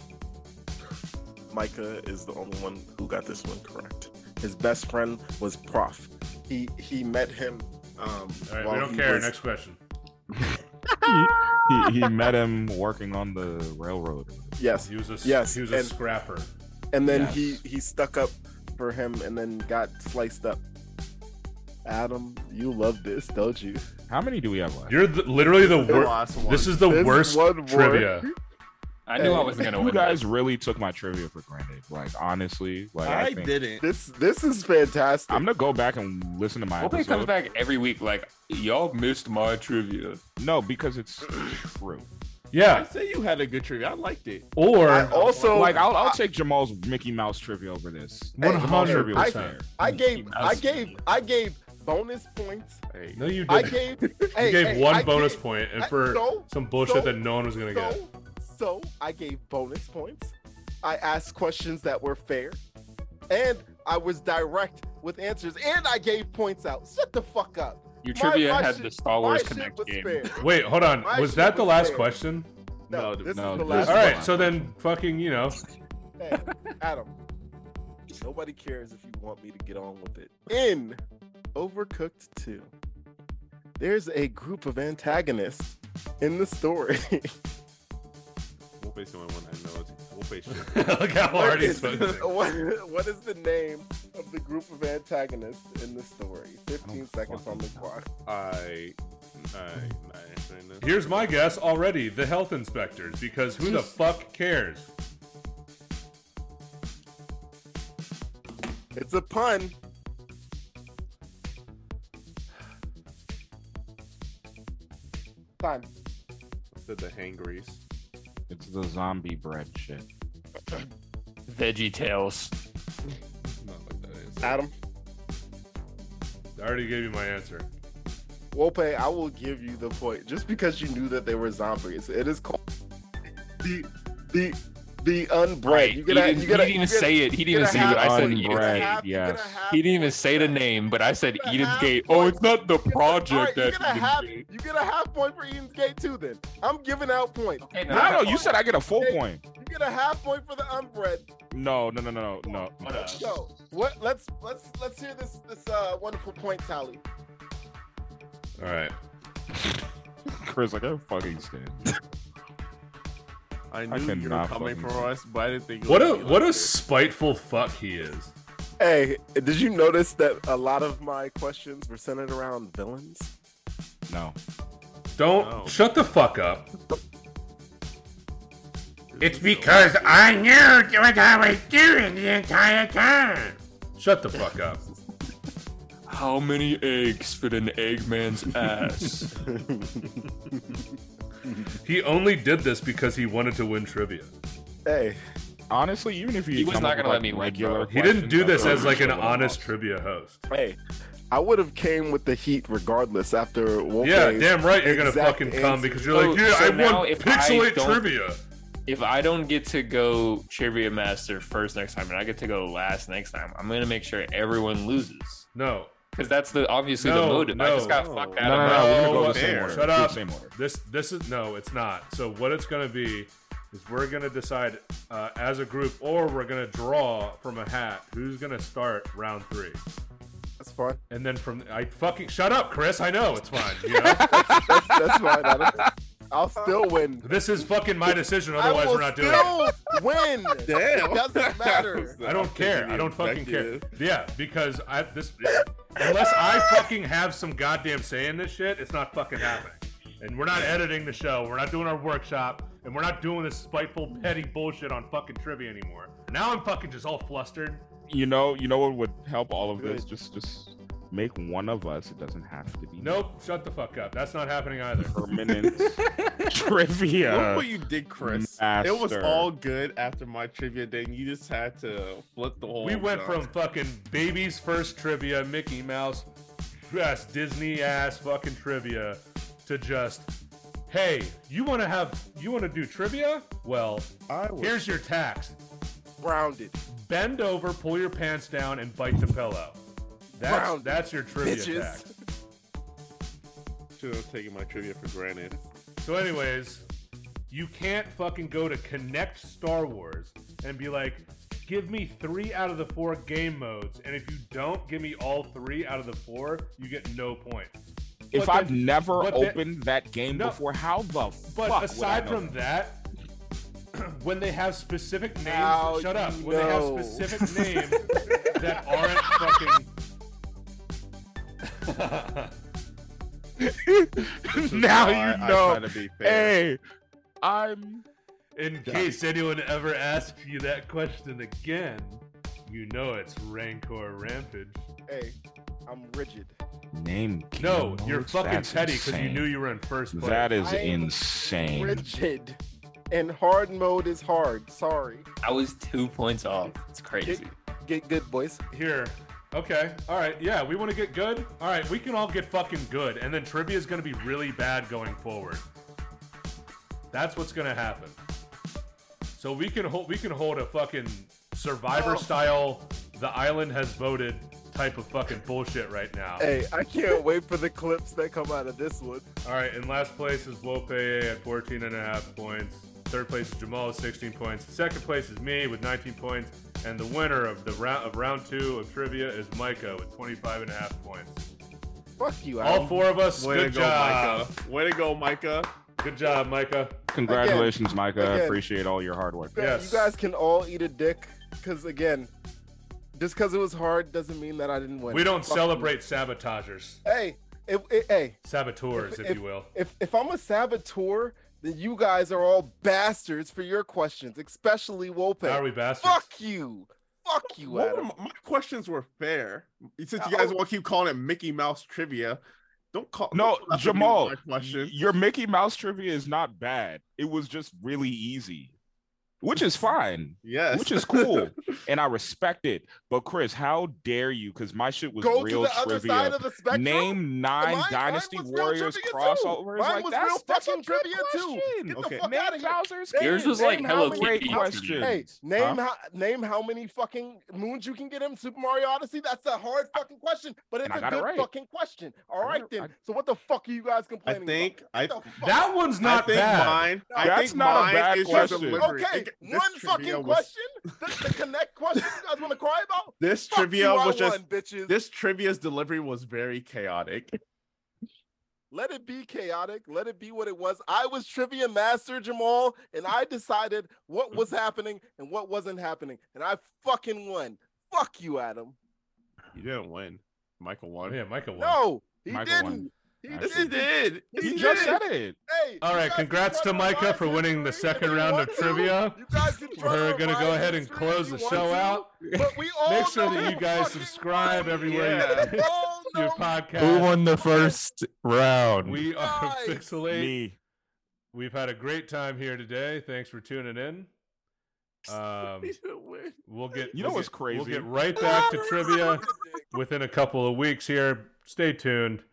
Speaker 1: Micah is the only one who got this one correct. His best friend was Prof. He he met him. Um,
Speaker 2: All right,
Speaker 1: while
Speaker 2: we don't
Speaker 1: he
Speaker 2: care.
Speaker 1: was-
Speaker 2: Next question.
Speaker 4: he, he met him working on the railroad.
Speaker 1: Yes,
Speaker 2: He was a,
Speaker 1: Yes,
Speaker 2: yes, he was a
Speaker 1: and-
Speaker 2: scrapper.
Speaker 1: and then
Speaker 4: Yes.
Speaker 1: he he stuck up for him, and then got sliced up. Adam, you love this, don't you?
Speaker 4: How many do we have left?
Speaker 2: You're the, literally the
Speaker 1: The
Speaker 2: worst.
Speaker 3: last one.
Speaker 2: This is the
Speaker 1: There's
Speaker 2: worst
Speaker 1: one word.
Speaker 2: trivia.
Speaker 5: I knew I
Speaker 1: Hey,
Speaker 5: wasn't gonna
Speaker 4: You
Speaker 5: win.
Speaker 4: guys
Speaker 5: this.
Speaker 4: really took my trivia for granted. Like honestly, like I,
Speaker 9: I
Speaker 4: think-
Speaker 9: didn't.
Speaker 6: This this is fantastic.
Speaker 4: I'm gonna go back and listen to my
Speaker 5: Hope he comes
Speaker 4: episode.
Speaker 5: back every week. Like y'all missed my trivia.
Speaker 4: No, because it's true.
Speaker 2: Yeah.
Speaker 3: I say you had a good trivia. I liked it.
Speaker 2: Or
Speaker 1: I oh, also
Speaker 4: like I'll, I'll take Jamal's Mickey Mouse trivia over this.
Speaker 1: Hey,
Speaker 4: Jamal's trivia was
Speaker 2: 100%.
Speaker 4: fair.
Speaker 1: I gave
Speaker 5: Mouse.
Speaker 1: I gave I gave bonus points.
Speaker 2: No, you
Speaker 1: I
Speaker 2: didn't.
Speaker 1: gave
Speaker 2: You
Speaker 1: hey,
Speaker 2: gave
Speaker 1: hey,
Speaker 2: one
Speaker 1: I
Speaker 2: bonus
Speaker 1: gave-
Speaker 2: point, and
Speaker 1: I-
Speaker 2: for
Speaker 1: so-
Speaker 2: some bullshit
Speaker 1: so-
Speaker 2: that no one was gonna get.
Speaker 1: So, so I gave bonus points. I asked questions that were fair, and I was direct with answers, and I gave points out. Shut the fuck up.
Speaker 5: Your
Speaker 1: My-
Speaker 5: trivia
Speaker 1: my
Speaker 5: had
Speaker 1: shit-
Speaker 5: the Star
Speaker 1: My
Speaker 5: Wars
Speaker 1: shit
Speaker 5: Connect
Speaker 1: was
Speaker 5: game.
Speaker 1: fair.
Speaker 2: Wait, hold on.
Speaker 1: My
Speaker 2: Was
Speaker 1: shit
Speaker 2: that the
Speaker 1: was
Speaker 2: last
Speaker 1: fair.
Speaker 2: question?
Speaker 1: No,
Speaker 3: No,
Speaker 1: this
Speaker 4: no,
Speaker 1: is the
Speaker 4: this-
Speaker 1: last.
Speaker 2: All
Speaker 1: one.
Speaker 2: right, so then fucking, you know,
Speaker 1: Hey, Adam, nobody cares if you want me to get on with it. In Overcooked 2, there's a group of antagonists in the story.
Speaker 3: We'll base it on one I know. It's, we'll base it.
Speaker 2: look how hard
Speaker 1: What
Speaker 2: he's
Speaker 1: is,
Speaker 2: focusing.
Speaker 1: what- what is the name of the group of antagonists in the story? 15 seconds on the clock.
Speaker 3: I, I, I, I know.
Speaker 2: Here's my guess already: the health inspectors, because who the fuck cares?
Speaker 1: It's a pun. Time.
Speaker 3: I said the hangries.
Speaker 4: It's the zombie bread shit.
Speaker 5: Veggie Tales.
Speaker 3: Not like that is.
Speaker 1: Adam,
Speaker 2: I already gave you my answer.
Speaker 1: Wope, I will give you the point just because you knew that they were zombies. It is called the the the unbred.
Speaker 5: Right.
Speaker 1: You
Speaker 5: he
Speaker 1: get a,
Speaker 5: didn't,
Speaker 1: you
Speaker 5: he
Speaker 1: get a,
Speaker 5: didn't even say it. He
Speaker 1: you
Speaker 5: didn't even
Speaker 1: get a
Speaker 5: say what I
Speaker 1: half
Speaker 5: said.
Speaker 1: point.
Speaker 4: Eden's
Speaker 1: You get a
Speaker 4: bread,
Speaker 1: half- you get a
Speaker 4: yes.
Speaker 1: half
Speaker 5: He didn't even
Speaker 1: point.
Speaker 5: say the name, but I said
Speaker 1: It's a
Speaker 5: Eden's
Speaker 1: half
Speaker 5: Gate. Oh,
Speaker 1: point.
Speaker 5: it's not the
Speaker 1: All right,
Speaker 5: project
Speaker 1: you
Speaker 5: that
Speaker 1: get a half.
Speaker 5: Eden's Gate.
Speaker 1: You get a half point for Eden's Gate too. Then I'm giving out points.
Speaker 5: Okay,
Speaker 4: No, no, you said I get a full point.
Speaker 1: You get a half point for the unbred.
Speaker 4: No, no, no, no, no, no.
Speaker 1: Let's go. What? Let's let's let's hear this this uh, wonderful point tally.
Speaker 2: All right,
Speaker 4: Chris, like I'm fucking scared.
Speaker 3: I
Speaker 4: I
Speaker 3: knew you were
Speaker 4: cannot
Speaker 3: coming
Speaker 4: fucking
Speaker 3: for
Speaker 4: see.
Speaker 3: us, but I didn't think. it
Speaker 2: what
Speaker 3: would
Speaker 2: a
Speaker 3: be
Speaker 2: what
Speaker 3: like
Speaker 2: a
Speaker 3: this.
Speaker 2: spiteful fuck he is.
Speaker 1: Hey, did you notice that a lot of my questions were centered around villains?
Speaker 4: No.
Speaker 2: Don't
Speaker 5: Oh.
Speaker 3: No.
Speaker 2: shut the fuck up.
Speaker 3: It's
Speaker 2: because I knew what I was doing the entire time. Shut the fuck up.
Speaker 5: How many eggs fit an Eggman's ass?
Speaker 2: He only did this because he wanted to win trivia.
Speaker 1: Hey,
Speaker 4: Honestly, even if you
Speaker 5: He was
Speaker 4: come
Speaker 5: not
Speaker 4: up
Speaker 5: gonna
Speaker 4: with,
Speaker 5: let
Speaker 4: like,
Speaker 5: me win, bro.
Speaker 4: regular
Speaker 2: He didn't
Speaker 4: questions,
Speaker 2: do
Speaker 4: I
Speaker 2: this
Speaker 4: probably
Speaker 2: as like an
Speaker 4: would've
Speaker 2: honest
Speaker 4: lost.
Speaker 2: trivia host.
Speaker 1: hey, I would have came with the heat regardless after Wolf.
Speaker 2: Yeah, damn right you're gonna
Speaker 1: exact
Speaker 2: fucking come
Speaker 1: answer.
Speaker 2: because you're like,
Speaker 5: So-
Speaker 2: yeah,
Speaker 5: so
Speaker 2: I
Speaker 5: now
Speaker 2: won
Speaker 5: if I
Speaker 2: pixelate
Speaker 5: don't-
Speaker 2: trivia.
Speaker 5: if I don't get to go Trivia Master first next time, and I get to go last next time, I'm gonna make sure everyone loses
Speaker 2: No,
Speaker 5: because that's the obviously
Speaker 2: No,
Speaker 5: the motive. I just got
Speaker 3: no.
Speaker 5: fucked
Speaker 4: No,
Speaker 5: out
Speaker 4: no,
Speaker 5: of
Speaker 4: no,
Speaker 5: my-
Speaker 4: we're gonna
Speaker 2: Oh,
Speaker 4: go the same
Speaker 2: fair.
Speaker 4: order.
Speaker 2: Shut
Speaker 4: Do the
Speaker 2: up.
Speaker 4: Same order.
Speaker 2: This this is no, it's not. So what it's gonna be is we're gonna decide uh, as a group, or we're gonna draw from a hat who's gonna start round three,
Speaker 1: That's fine.
Speaker 2: and then from I fucking shut up, Chris. I know it's fine. You know?
Speaker 1: That's, that's fine. Adam. I'll still win.
Speaker 2: this is fucking my decision.
Speaker 1: I
Speaker 2: Otherwise,
Speaker 1: will
Speaker 2: we're not doing it.
Speaker 1: still win.
Speaker 3: Damn.
Speaker 1: It doesn't matter.
Speaker 2: I don't care. I don't fucking care.
Speaker 3: Effective.
Speaker 2: Yeah, because I this unless I fucking have some goddamn say in this shit, it's not fucking happening. And we're not editing the show. We're not doing our workshop, and we're not doing this spiteful, petty bullshit on fucking trivia anymore. Now I'm fucking just all flustered.
Speaker 4: You know, you know what would help all of this? Just, just make one of us. It doesn't have to be
Speaker 2: Nope, shut the fuck up. That's not happening either.
Speaker 4: permanent
Speaker 3: Look
Speaker 4: trivia.
Speaker 3: what you did, Chris. It was
Speaker 4: master.
Speaker 3: all good after my trivia day, and you just had to flip the whole.
Speaker 1: Oh,
Speaker 2: We went
Speaker 3: genre.
Speaker 2: from fucking baby's first trivia, Mickey Mouse, ass Disney ass fucking trivia, to just, hey, you want to have, you want to do trivia? Well,
Speaker 1: I was
Speaker 2: here's your tax.
Speaker 1: grounded.
Speaker 2: Bend over, pull your pants down, and bite the pillow. That's
Speaker 1: Round,
Speaker 2: that's your trivia tax.
Speaker 1: Bitches.
Speaker 3: Should have taken my trivia for granted.
Speaker 2: So, anyways, you can't fucking go to Connect Star Wars and be like, give me three out of the four game modes, and if you don't give me all three out of the four, you get no points.
Speaker 4: if
Speaker 2: but
Speaker 4: I've
Speaker 2: the-
Speaker 4: never
Speaker 2: but the-
Speaker 4: opened that game
Speaker 2: No.
Speaker 4: before, how the
Speaker 2: But
Speaker 4: fuck?
Speaker 2: aside
Speaker 4: would I know
Speaker 2: from that, when they have specific names,
Speaker 1: Now
Speaker 2: shut up.
Speaker 1: you
Speaker 2: When they have
Speaker 1: know.
Speaker 2: specific names that aren't fucking.
Speaker 4: now
Speaker 3: I-
Speaker 4: you
Speaker 3: I
Speaker 4: know.
Speaker 3: try to be fair.
Speaker 4: hey, I'm
Speaker 2: In case anyone ever asks you that question again, you know it's Rancor Rampage.
Speaker 1: Hey, I'm rigid.
Speaker 4: Name
Speaker 2: No,
Speaker 4: game
Speaker 2: you're
Speaker 4: modes?
Speaker 2: fucking
Speaker 4: That's
Speaker 2: petty because you
Speaker 4: insane.
Speaker 2: knew you were in first place.
Speaker 4: That is
Speaker 1: I am
Speaker 4: insane.
Speaker 1: Rigid. And hard mode is hard. Sorry.
Speaker 5: I was two points off. It's crazy.
Speaker 1: Get good, boys.
Speaker 2: Here. Okay. All right. Yeah, we want to get good. All right, we can all get fucking good, and then trivia is going to be really bad going forward. That's what's going to happen. So we can hold we can hold a fucking survivor
Speaker 1: Oh.
Speaker 2: style the island has voted type of fucking bullshit right now.
Speaker 1: Hey, I can't wait for the clips that come out of this one.
Speaker 2: All right, in last place is Wopeye at 14 and a half points. Third place is Jamal with 16 points. Second place is me with 19 points. And the winner of the round of round two of trivia is Micah with 25 and a half points.
Speaker 1: Fuck you,
Speaker 2: All
Speaker 1: Adam.
Speaker 2: four of us.
Speaker 3: Way to
Speaker 2: Good
Speaker 3: go,
Speaker 2: job.
Speaker 3: Micah. Way to go, Micah.
Speaker 2: Good job, Micah.
Speaker 4: Congratulations, Micah. I
Speaker 1: Again.
Speaker 4: appreciate all your hard work.
Speaker 1: You guys-
Speaker 2: Yes.
Speaker 1: You guys can all eat a dick, because again, just because it was hard doesn't mean that I didn't win.
Speaker 2: We don't
Speaker 1: Fuck
Speaker 2: celebrate sabotagers,
Speaker 1: you. Hey, if, if- hey,
Speaker 2: saboteurs,
Speaker 1: If-
Speaker 2: if you will.
Speaker 1: if if I'm a saboteur, then you guys are all bastards for your questions, especially Wope.
Speaker 2: How are we bastards?
Speaker 1: Fuck you. Fuck you,
Speaker 3: What were
Speaker 1: Adam.
Speaker 3: my, my questions were fair. Since you guys
Speaker 1: Oh.
Speaker 3: want to keep calling it Mickey Mouse trivia, don't call
Speaker 4: No,
Speaker 3: don't call that to be
Speaker 4: Jamal,
Speaker 3: My question.
Speaker 4: your Mickey Mouse trivia is not bad. It was just really easy, which is fine,
Speaker 3: Yes.
Speaker 4: which is cool, and I respect it. But Chris, how dare you? Because my shit was
Speaker 1: Go to
Speaker 4: real
Speaker 1: the other
Speaker 4: trivia.
Speaker 1: side of the spectrum.
Speaker 4: Name nine
Speaker 1: Mine- mine
Speaker 4: Dynasty
Speaker 1: was real
Speaker 4: Warriors
Speaker 1: trivia too.
Speaker 4: crossovers.
Speaker 1: Mine
Speaker 4: like
Speaker 1: was
Speaker 4: that's,
Speaker 1: real
Speaker 4: that's a
Speaker 1: fucking
Speaker 4: good
Speaker 1: trivia too.
Speaker 4: question.
Speaker 1: Get the
Speaker 3: Okay.
Speaker 1: fuck
Speaker 4: Name
Speaker 1: outta here.
Speaker 4: Bowser's
Speaker 1: Name-
Speaker 5: Yours was
Speaker 1: name
Speaker 5: like
Speaker 1: how
Speaker 5: Hello
Speaker 1: many-
Speaker 4: Great
Speaker 5: Kitty.
Speaker 4: question.
Speaker 1: Hey,
Speaker 4: Huh?
Speaker 1: name how name how many fucking moons you can get in Super Mario Odyssey. That's a hard fucking question, but
Speaker 4: And
Speaker 1: it's
Speaker 4: I
Speaker 1: a
Speaker 4: got
Speaker 1: good
Speaker 4: it right.
Speaker 1: fucking question. All
Speaker 4: I
Speaker 1: right
Speaker 4: got it-
Speaker 1: then. So what the fuck are you guys
Speaker 3: I
Speaker 1: complaining
Speaker 3: think I,
Speaker 1: about? What the fuck?
Speaker 2: That one's
Speaker 3: I
Speaker 2: not
Speaker 3: think
Speaker 2: bad.
Speaker 3: mine. I
Speaker 4: That's
Speaker 3: think
Speaker 4: not a
Speaker 3: mine
Speaker 4: bad
Speaker 3: is your
Speaker 4: question.
Speaker 3: delivery.
Speaker 1: Okay,
Speaker 3: It- this
Speaker 1: one
Speaker 3: trivia
Speaker 1: fucking
Speaker 3: was-
Speaker 1: question. The, the connect question you guys want to cry about?
Speaker 3: This
Speaker 1: Fuck
Speaker 3: trivia
Speaker 1: you, I
Speaker 3: was just
Speaker 1: won, bitches.
Speaker 3: this trivia's delivery was very chaotic.
Speaker 1: Let it be chaotic. Let it be what it was. I was trivia master Jamal, and I decided what was happening and what wasn't happening, and I fucking won. Fuck you, Adam.
Speaker 3: You didn't win. Michael won.
Speaker 2: Oh, Yeah, Micah won.
Speaker 1: No, he
Speaker 4: Michael
Speaker 1: didn't.
Speaker 4: won.
Speaker 1: He
Speaker 4: Yes,
Speaker 3: Yes,
Speaker 1: didn't.
Speaker 3: he did.
Speaker 1: Yes,
Speaker 3: He
Speaker 4: You
Speaker 1: he
Speaker 4: just
Speaker 3: did.
Speaker 4: said it.
Speaker 1: Hey,
Speaker 2: All
Speaker 1: you
Speaker 2: right,
Speaker 1: guys can
Speaker 2: congrats
Speaker 1: try
Speaker 2: to Micah
Speaker 1: rewind
Speaker 2: for
Speaker 1: this
Speaker 2: winning the
Speaker 1: history if
Speaker 2: second
Speaker 1: you
Speaker 2: round
Speaker 1: want
Speaker 2: of
Speaker 1: to.
Speaker 2: trivia.
Speaker 1: You guys can try
Speaker 2: We're gonna go
Speaker 1: rewind
Speaker 2: ahead
Speaker 1: this
Speaker 2: and
Speaker 1: history if
Speaker 2: close
Speaker 1: you
Speaker 2: the
Speaker 1: want
Speaker 2: show
Speaker 1: to,
Speaker 2: out.
Speaker 1: But we all
Speaker 2: Make sure
Speaker 1: know
Speaker 2: that you
Speaker 1: who
Speaker 2: guys
Speaker 1: Oh, fucking
Speaker 2: subscribe
Speaker 1: won.
Speaker 2: everywhere
Speaker 3: Yeah.
Speaker 2: you
Speaker 1: We all
Speaker 2: your
Speaker 1: know
Speaker 2: podcast.
Speaker 10: Who won the first round?
Speaker 2: We are
Speaker 1: Nice.
Speaker 2: Pixelate.
Speaker 4: Me.
Speaker 2: We've had a great time here today. Thanks for tuning in. Um,
Speaker 3: He didn't win.
Speaker 2: we'll get
Speaker 4: You know
Speaker 2: we'll
Speaker 4: what's
Speaker 2: get- We'll
Speaker 4: crazy?
Speaker 2: get right back to trivia within a couple of weeks here. Stay tuned.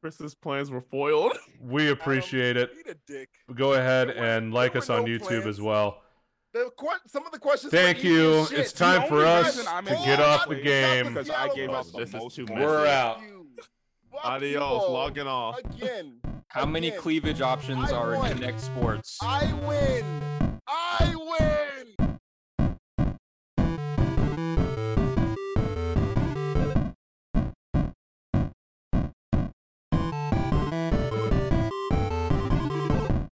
Speaker 3: Chris's plans were foiled.
Speaker 2: We appreciate it.
Speaker 1: Eat a dick.
Speaker 2: Go ahead
Speaker 1: There were-
Speaker 2: and like
Speaker 1: there
Speaker 2: us
Speaker 1: were
Speaker 2: on
Speaker 1: no
Speaker 2: YouTube
Speaker 1: plans.
Speaker 2: as well.
Speaker 1: The que- some of the questions. were
Speaker 2: Thank
Speaker 1: easy
Speaker 2: you.
Speaker 1: as shit.
Speaker 2: It's time
Speaker 4: The
Speaker 2: for
Speaker 4: only
Speaker 2: us
Speaker 4: reason I'm
Speaker 2: to
Speaker 4: in
Speaker 2: get
Speaker 4: this
Speaker 2: off the
Speaker 4: place
Speaker 2: game.
Speaker 4: because I gave us
Speaker 1: This
Speaker 4: the
Speaker 3: is
Speaker 4: most
Speaker 3: too
Speaker 4: points.
Speaker 3: messy.
Speaker 2: We're out.
Speaker 1: You.
Speaker 3: Adios, logging off.
Speaker 1: Again,
Speaker 5: How many
Speaker 1: again.
Speaker 5: cleavage options
Speaker 1: I
Speaker 5: are in
Speaker 1: won.
Speaker 5: Connect Sports?
Speaker 1: I win.